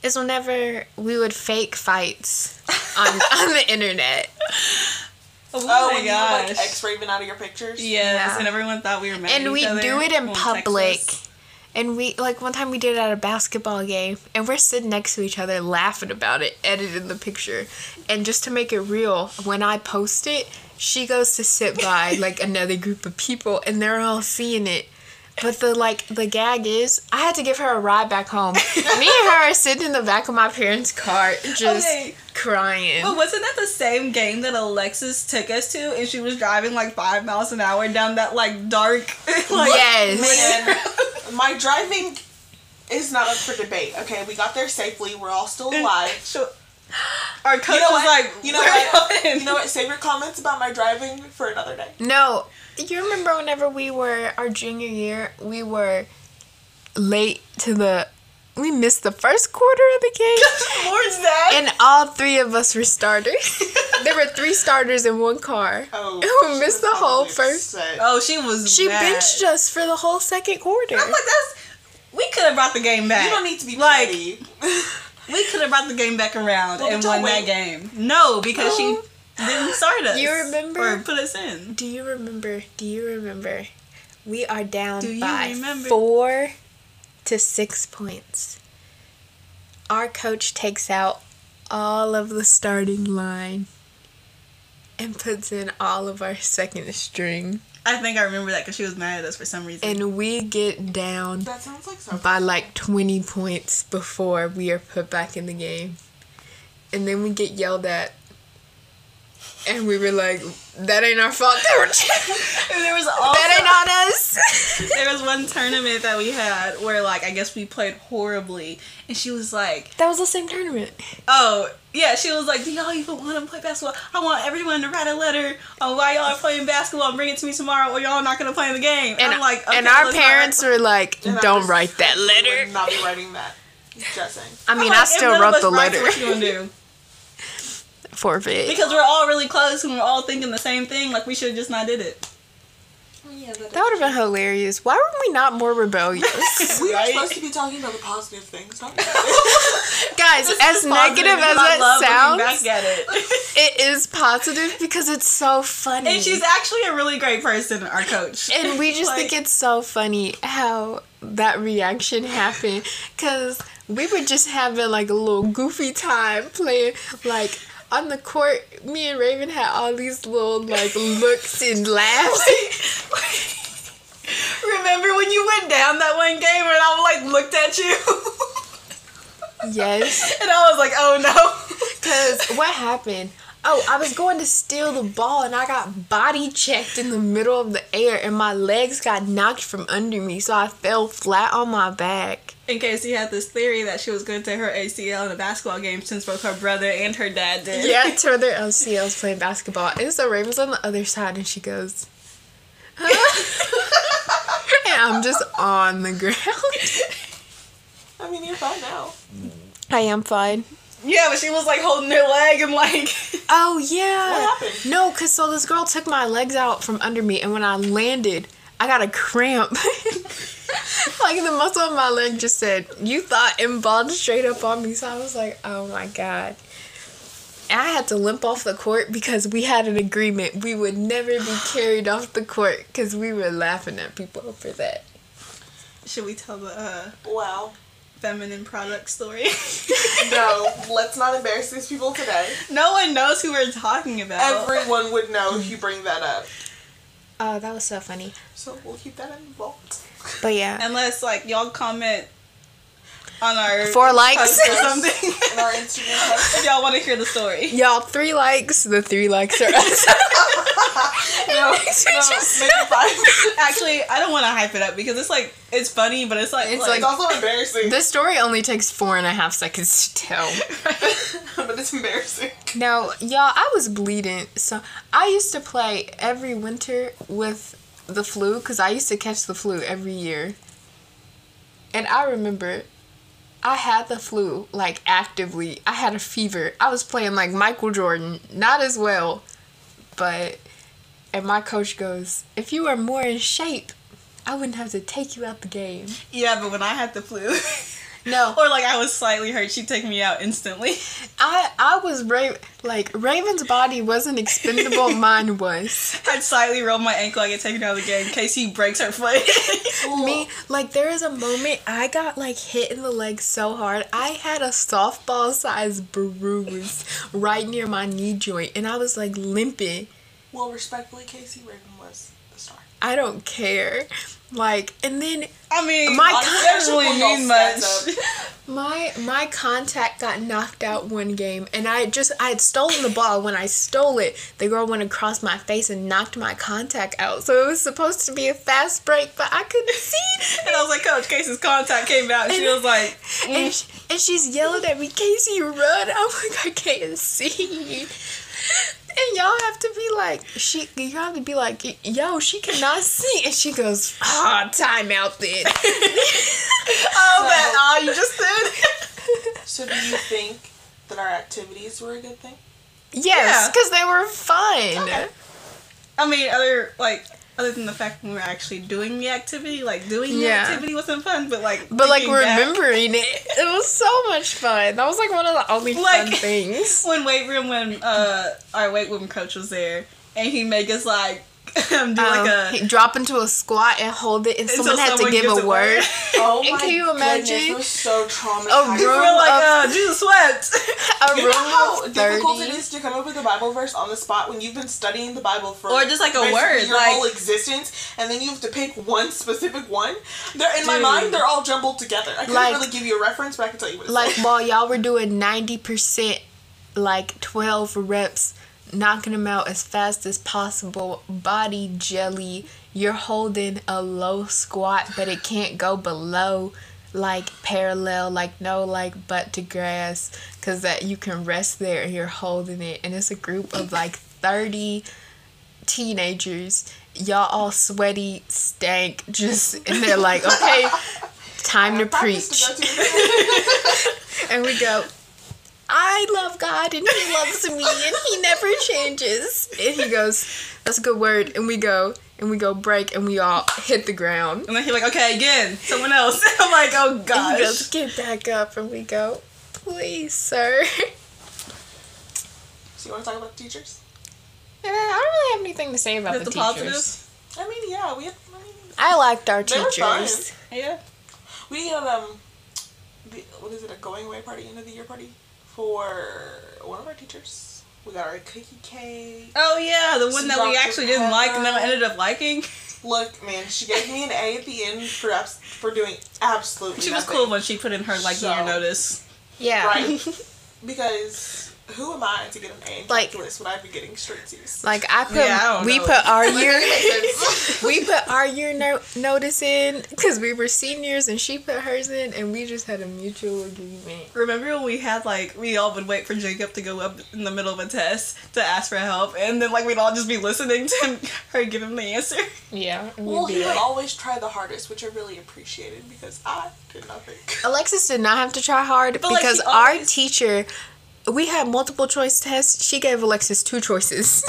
is whenever we would fake fights on on the internet.
Oh,
Oh,
my
when
gosh.
you like X Raven out of your pictures.
yes,
Yeah.
and everyone thought we were mad. at
and
each
we
other
do it in
on
public
Texas.
and we like one time we did it at a basketball game and we're sitting next to each other laughing about it editing the picture and just to make it real when i post it she goes to sit by like another group of people and they're all seeing it but the like the gag is i had to give her a ride back home me and her are sitting in the back of my parents car just
Okay.
crying
But wasn't that the same game that Alexis took us to, and she was driving like five miles an hour down that like dark? like,
yes
Man, my driving is not up for debate. Okay, we got there safely. We're all still alive.
So- Our coach
You know
was
what?
like,
You know
"We're
what?
going."
You know what? Save your comments about my driving for another day.
No, you remember whenever we were our junior year, we were late to the. We missed the first quarter of the game,
Towards that.
and all three of us were starters. there were three starters in one car.
Oh,
Who
she
missed
was
the whole
probably
first-
upset.
oh, she was.
She
mad.
benched us for the whole second quarter.
I'm like, that's. We could have brought the game back.
You don't need to be
like.
like.
We could have have brought the game back around
Well,
and
don't
won
wait.
that game. No, because
No.
she didn't start
Oh.
us.
You remember?
Or put us in.
Do you remember? Do you remember? We are down
Do you
by
remember?
four to six points. Our coach takes out all of the starting line and puts in all of our second string.
I think I remember that because she was mad at us for some reason.
And we get down
That sounds like something.
by like 20 points before we are put back in the game. And then we get yelled at. And we were like, that ain't our fault. They were
And there was
that ain't
also
on us.
there was one tournament that we had where like I guess we played horribly, and she was like,
that was the same tournament.
"Oh yeah," she was like, "Do y'all even want to play basketball? I want everyone to write a letter on why y'all are playing basketball and bring it to me tomorrow, or y'all not gonna play in the game." And,
And,
I'm like,
and
"Okay,
our
let's not
parents were like,
And I
don't
just
write that
Would
letter.
not be writing that. Just saying.
I
I'm
mean,
like,
I
if
still
none of
wrote
us
the
writes it, What you
letter.
gonna do?
Forfeit.
Because we're all really close and we're all thinking the same thing. Like we should have just not did it.
Yeah,
That would have been hilarious. Why were we not more rebellious?
we
Right?
were supposed to be talking about the positive things. Not
Guys, as negative as
I
that
love looking
sounds,
back at it.
it is positive because it's so funny.
and she's actually a really great person, our coach.
and we just
Like-
think it's so funny how that reaction happened because we were just having like a little goofy time playing like on the court me and raven had all these little like looks and laughs
Remember when you went down that one game and I like looked at you?
yes
and I was like, oh no.
because what happened oh i was going to steal the ball and i got body checked in the middle of the air and my legs got knocked from under me so i fell flat on my back
In case you had this theory that she was going to tear her ACL in a basketball game since both her brother and her dad did.
Yeah, to other LCLs playing basketball. And so Raven's on the other side and she goes, and I'm just on the ground.
I mean, you're fine now.
I am fine.
Yeah, but she was like holding her leg and like.
Oh, yeah.
What happened?
No, because so this girl took my legs out from under me, and when I landed, I got a cramp. like the muscle on my leg just said, You thought and balled straight up on me. So I was like, Oh my God. And I had to limp off the court because we had an agreement. We would never be carried off the court because we were laughing at people for that.
Should we tell the uh,
Wow.
feminine product story?
No, let's not embarrass these people today.
no one knows who we're talking about.
Everyone would know if you bring that up.
Oh, that was so funny.
So we'll keep that in the vault.
But yeah.
Unless like y'all comment on our
Four likes.
post or something.
In our Instagram.
if y'all want to hear the story.
Y'all, three likes. The three likes are us.
no, no, make it five.
Actually, I don't want to hype it up because it's like it's funny, but it's like
It's
It's also embarrassing,
this story only takes four and a half seconds to tell.
but it's embarrassing.
No, y'all, I was bleeding. So I used to play every winter with the flu because I used to catch the flu every year. And I remember I had the flu like actively. I had a fever. I was playing like Michael Jordan, not as well, but. And my coach goes, If you were more in shape, I wouldn't have to take you out the game.
yeah. But when I had the flu,
No.
or like I was slightly hurt, she'd take me out instantly.
I I was Ra- like Raven's body wasn't expendable, mine was.
I'd slightly roll my ankle, I get taken out of the game in case he breaks her foot. Oh.
Me like there is a moment I got like hit in the leg so hard I had a softball size bruise right near my knee joint and I was like limping.
Well, respectfully, Casey Raven was the star.
I don't care. Like and then
I mean,
My
my
God.
doesn't really
Y'all
mean
stand
much.
My my contact got knocked out one game, and I just I had stolen the ball. When I stole it, the girl went across my face and knocked my contact out. So it was supposed to be a fast break, but I couldn't see.
And I was like, Coach, Casey's contact came out, and she was like,
And, sh and she's yelling at me, Casey, run! I'm like, I can't see. And y'all have to be like, she. You have to be like, yo, she cannot see. And she goes, ah, timeout then.
"Oh, that all you just did."
So, do you think that our activities were a good thing?
yes,
Yeah.
because they were fun.
Okay.
I mean, other like other than the fact when we were actually doing the activity, like doing
Yeah.
the activity wasn't fun, but like
But like
thinking back-
remembering it, it was so much fun. That was like one of the only fun
Like-
things.
when weight room when uh our weight room coach was there and he make us like um, do
Um,
like a
he- drop into a squat and hold it, and
until
someone had to
someone
give
gives
a word.
Oh
And
my
can you
Goodness,
imagine
it was so traumatizing.
a
we
room
were like uh Jesus swept
A
You
room
know how
of
difficult it
thirty.
is to come up with a Bible verse on the spot when you've been studying the Bible for
Or just like a
basically
word,
your
like-
whole existence, and then you have to pick one specific one. They're in my
Dude.
mind, they're all jumbled together. I couldn't
Like-
really give you a reference, but I can tell you what it's
Like while y'all were doing ninety percent, like twelve reps, knocking them out as fast as possible, body jelly. You're holding a low squat, but it can't go below like parallel, like no like butt to grass, cause that you can rest there and you're holding it, and it's a group of like thirty teenagers. Y'all all sweaty, stank, just and they're like, okay, time to
Practice
preach.
To go to.
And we go, I love God and He loves me and He never changes. And he goes, That's a good word. And we go, and we go break and we all hit the ground.
and then he like okay again someone else I'm like oh
And he
gosh
goes, Get back up. And we go, Please, sir.
so you want to talk about teachers?
And I don't really have anything to say about
With
the,
the
teachers.
positives?
I mean, yeah, we had. I mean,
I liked our
They were fun.
teachers.
yeah
we had um, the, what is it? A going away party, end of the year party for one of our teachers. We got our cookie cake.
oh yeah the
Some
one that we
Dr.
actually didn't like and then
Pepper.
ended up liking
Look, man, she gave me an A at the end for abs- for doing absolutely.
she was
nothing.
cool when she put in her like
So-
year notice
Yeah.
Right. because who am I to get an A in
Like-
calculus when I've been getting straight C's?
Like I put,
Yeah, I don't
we
know.
put our year,
sense.
we put our year no- notice in because we were seniors, and she put hers in, and we just had a mutual agreement.
Remember when we had like we all would wait for Jacob to go up in the middle of a test to ask for help, and then like we'd all just be listening to him, her give him the answer.
Yeah. and we'd
well,
be
he would
like-
always try the hardest, which I really appreciated because I did nothing.
Alexis did not have to try hard
But, like,
because
she
our
always-
teacher, we had multiple choice tests. She gave Alexis two choices.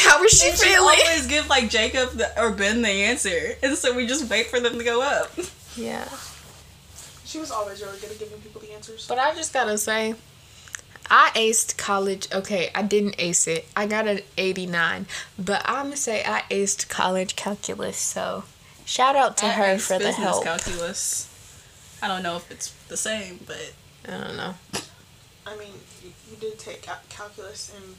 How was she
And she
feeling?
always give like Jacob the, or Ben the answer, and so we just wait for them to go up.
yeah,
She was always really good at giving people the answers.
but I just gotta say, I aced college. Okay, I didn't ace it. I got an eighty-nine, but I'm gonna say I aced college calculus. So, shout out to her
It's
for the
business
help.
calculus. I don't know if it's the same, but
I don't know.
I mean, you, you did take cal- calculus and.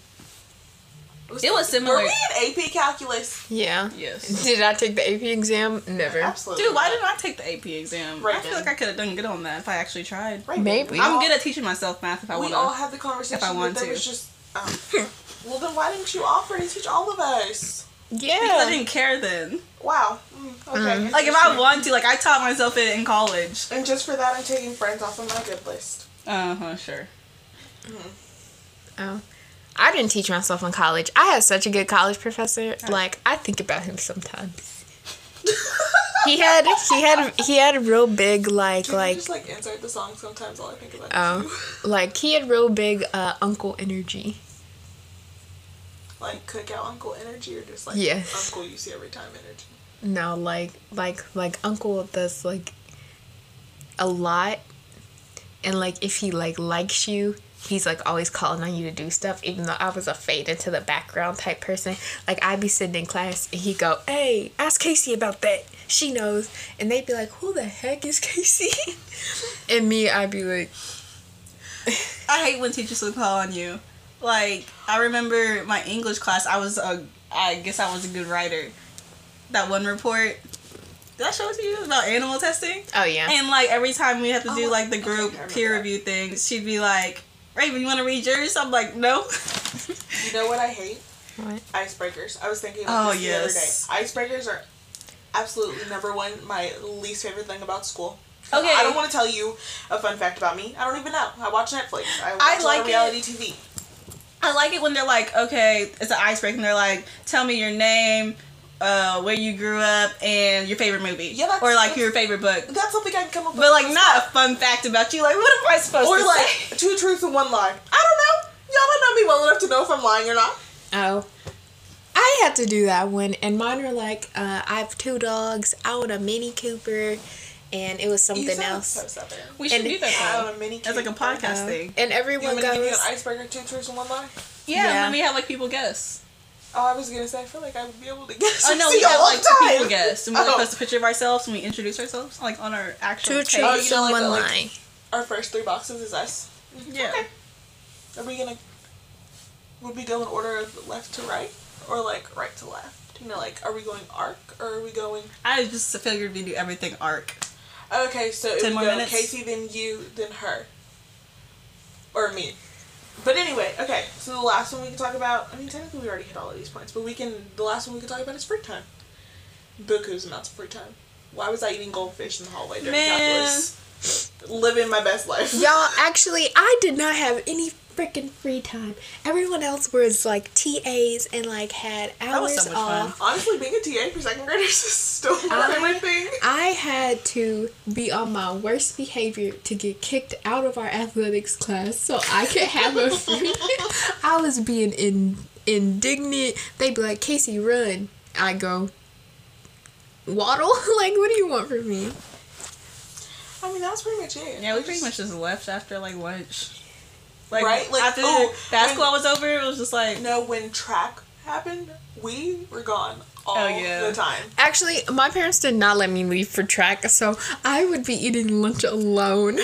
It was
Were
similar.
we in AP calculus?
Yeah.
yes.
Did I take the AP exam? Never.
Absolutely.
Dude, why didn't I take the AP exam?
Right
I feel
then.
like I could have done good on that if I actually tried.
Right,
Maybe.
we
I'm
all-
good at teaching myself math if I
We
want
all
to.
had the conversation.
if I want
that there
to.
was just. Um, well, then why didn't you offer to teach all of us?
Because I
Yeah.
didn't care then.
Wow. Mm, okay.
Like if I want to, like I taught myself it in college.
And just for that, I'm taking friends off of my good list.
Uh huh. Sure.
Oh. I didn't teach myself in college. I had such a good college professor. Like I think about him sometimes. he had he had he had a real big like
Can you
like
just like insert the song sometimes. All I think about.
oh
is
like he had real big uh, uncle energy.
you. like cookout uncle energy, or just like
Yes.
uncle you see every time energy.
No, like like like uncle that's like a lot and like if he like likes you he's like always calling on you to do stuff even though i was a fade into the background type person like i'd be sitting in class and he'd go hey ask casey about that she knows and they'd be like who the heck is casey and me i'd be like
I hate when teachers will call on you. Like I remember my English class. I was a. I guess I was a good writer. That one report. Did I show it to you about animal testing?
oh yeah
And like every time we have to do
Oh,
like the
okay,
group
I remember
peer
that.
review thing, she'd be like, "Raven, you want to read yours?" I'm like, "No."
You know what I hate?
What?
Icebreakers. I was thinking about
Oh,
this
yes.
the other day. Icebreakers are absolutely number one. My least favorite thing about school.
Okay.
I don't want to tell you a fun fact about me. I don't even know. I watch Netflix. I watch a lot
like
of
it.
reality TV.
I like it when they're like, okay, it's an icebreaker, and they're like, tell me your name, uh, where you grew up, and your favorite movie,
Yeah, that's-
or like your favorite book.
That's something I can come up with.
But like, not a fun fact about you. Like, what am I supposed
Or
to
like
say?
two truths and one lie. I don't know. Y'all don't know me well enough to know if I'm lying or not.
oh i I had to do that one, and mine were like, uh, I have two dogs. I own a Mini Cooper, and it was
You
something
sound
else.
so southern.
We should
And-
do that.
I
though.
own a mini
That's like a
Cooper.
podcast
Um,
thing.
and
You
everyone
want me to give you an
goes.
iceberger, two truths, and one lie?
Yeah,
yeah.
and then we have like people guess.
Oh, I was gonna say, I feel like I would be able to guess.
Oh no, we
See,
have
all
like
the
two
time.
people guess, and we like,
Oh.
post a picture of ourselves and we introduce ourselves like on our actual.
Two
page.
Oh,
truths
you know,
and
like
one
the, like-
lie.
Our first three boxes is us.
Yeah.
Okay. Are we gonna? Would we go in order of left to right, or like right to left? You know, like are we going arc or are we going?
I just figured we do everything arc.
Okay, so if
Ten
we
more
go
minutes?
Casey, then you, then her, or me. But anyway, okay. So the last one we can talk about. I mean, technically we already hit all of these points, but we can. The last one we can talk about is free time. Buku's amounts of free time. Why was I eating goldfish in the hallway during
Man.
calculus? Living my best life.
Y'all, actually, I did not have any freaking free time. Everyone else was like TAs and like had
was
hours
so much fun.
off.
Honestly, being a TA for second graders is still
I-
not my thing.
I had to be on my worst behavior to get kicked out of our athletics class so I could have a free. I was being in, indignant. They'd be like, Casey, run. I go, waddle? like, what do you want from me?
I mean, that's pretty much it.
Yeah, we
Just-
pretty much just left after like lunch. Like,
Right? Like,
after
oh,
basketball was over, it was just like
No, when track happened, we were gone all
Oh, yeah.
the time.
Actually, my parents did not let me leave for track, so I would be eating lunch alone.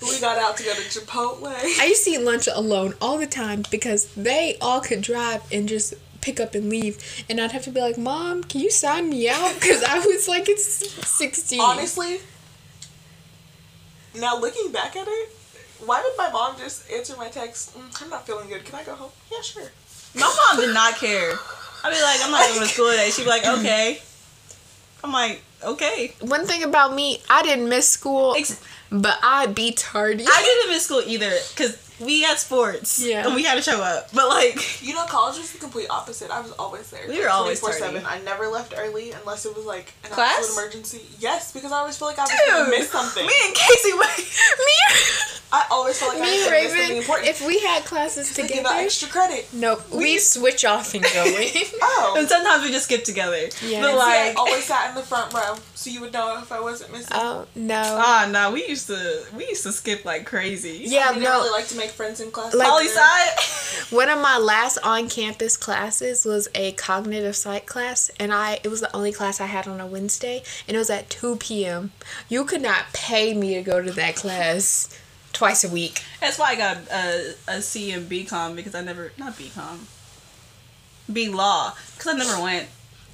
We got out to go to Chipotle.
I used to eat lunch alone all the time because they all could drive and just pick up and leave. And I'd have to be like, Mom, can you sign me out? Because I was like, it's 16.
Honestly, now looking back at it, why did my mom just answer my text? Mm, I'm not feeling good. Can I go home? Yeah, sure.
my mom did not care. I'd be like, I'm not going to school today. She'd be like, okay. I'm like, okay.
One thing about me, I didn't miss school,
Ex-
but I'd be tardy.
I didn't miss school either because we had sports
Yeah.
and we had to show up. But like,
You know, college was the complete opposite. I was always there.
We were always
seven. I never left early unless it was like an
Class?
absolute emergency. Yes, because I always feel like I was
dude,
gonna miss something.
Me and Casey went.
me,
I always feel like I
me
was
and
gonna miss something
Raven,
important.
if we had classes
to give
together,
out extra credit.
nope, we switch off and go in.
Oh.
And sometimes we just skip together.
Yeah.
But
Yeah,
I
like,
always sat in the front row, so you would know if I wasn't missing.
oh, no.
ah, no, we used to we used to skip like crazy.
yeah,
I didn't
no.
really like to make friends in class.
Like-
Ollie side.
One of my last on-campus classes was a cognitive psych class, and I it was the only class I had on a Wednesday, and it was at two p.m. You could not pay me to go to that class twice a week.
That's why I got a, a C in BCom because I never not BCom. B law because I never went.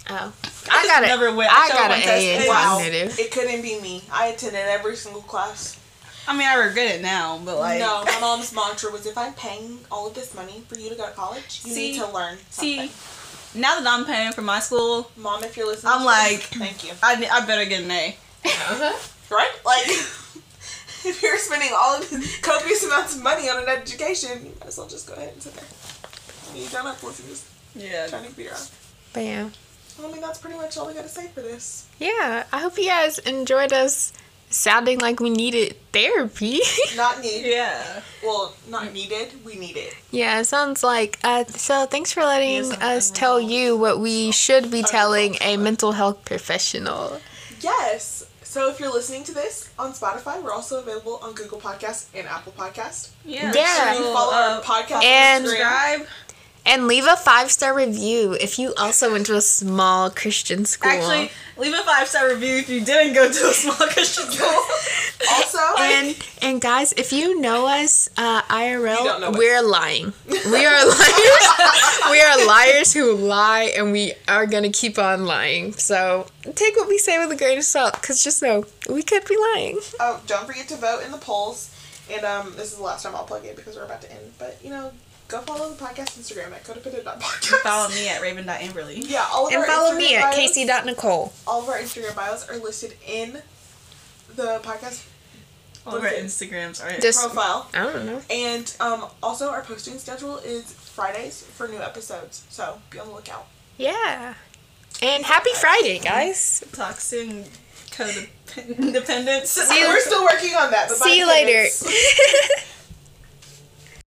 Oh,
I
I,
just
got it.
never went. I
I
showed
got
one
an
test
A in
and-
wow,
cognitive.
it couldn't be me. I attended every single class.
I mean, I regret it now, but like,
no, my mom's mantra was, "If I'm paying all of this money for you to go to college, you
See-
need to learn
see,
something."
now that I'm paying for my school,
Mom, if you're listening,
I'm
to this,
like-
thank you.
I ne- I better get an A.
Right? Like, if you're spending all of this copious amounts of money on an education, you might as well just go ahead and sit there. You don't have to listen to this
Yeah.
trying to be around.
But yeah,
I mean, that's pretty much all we gotta say for this.
yeah. I hope you guys enjoyed us sounding like we needed therapy.
Not needed.
Yeah.
Well, not needed. We need it.
Yeah, it sounds like. Uh, so, thanks for letting
Yes, I'm
us tell you what we should be
I'm
telling a
involved.
mental health professional.
Yes. So if you're listening to this on Spotify, we're also available on Google Podcasts and Apple Podcasts.
Yeah.
Yeah.
You
so,
follow
uh,
our podcast
and-
Instagram.
subscribe.
And leave a five star review if you also went to a small Christian school.
Actually, leave a five star review if you didn't go to a small Christian school.
Also,
and and guys, if you know us uh, IRL,
You don't know us.
we're lying. We are liars. we are liars who lie, and we are gonna keep on lying. So take what we say with a grain of salt, because just know we could be lying.
oh, don't forget to vote in the polls. And um, this is the last time I'll plug it because we're about to end. But you know, go follow the podcast Instagram at codependent.podcast.
follow me at raven.amberly.
Yeah, all of
And
our
follow
Instagram
me at
bios,
Casey.Nicole.
All of our Instagram bios are listed in the podcast
All of our Instagrams are
Just
profile.
I don't know.
And um, also, our posting schedule is Fridays for new episodes. So be on the lookout.
Yeah. And happy Friday, guys.
toxin codependence.
See you-
We're still working on that. but by
See you
the end,
later.
it's-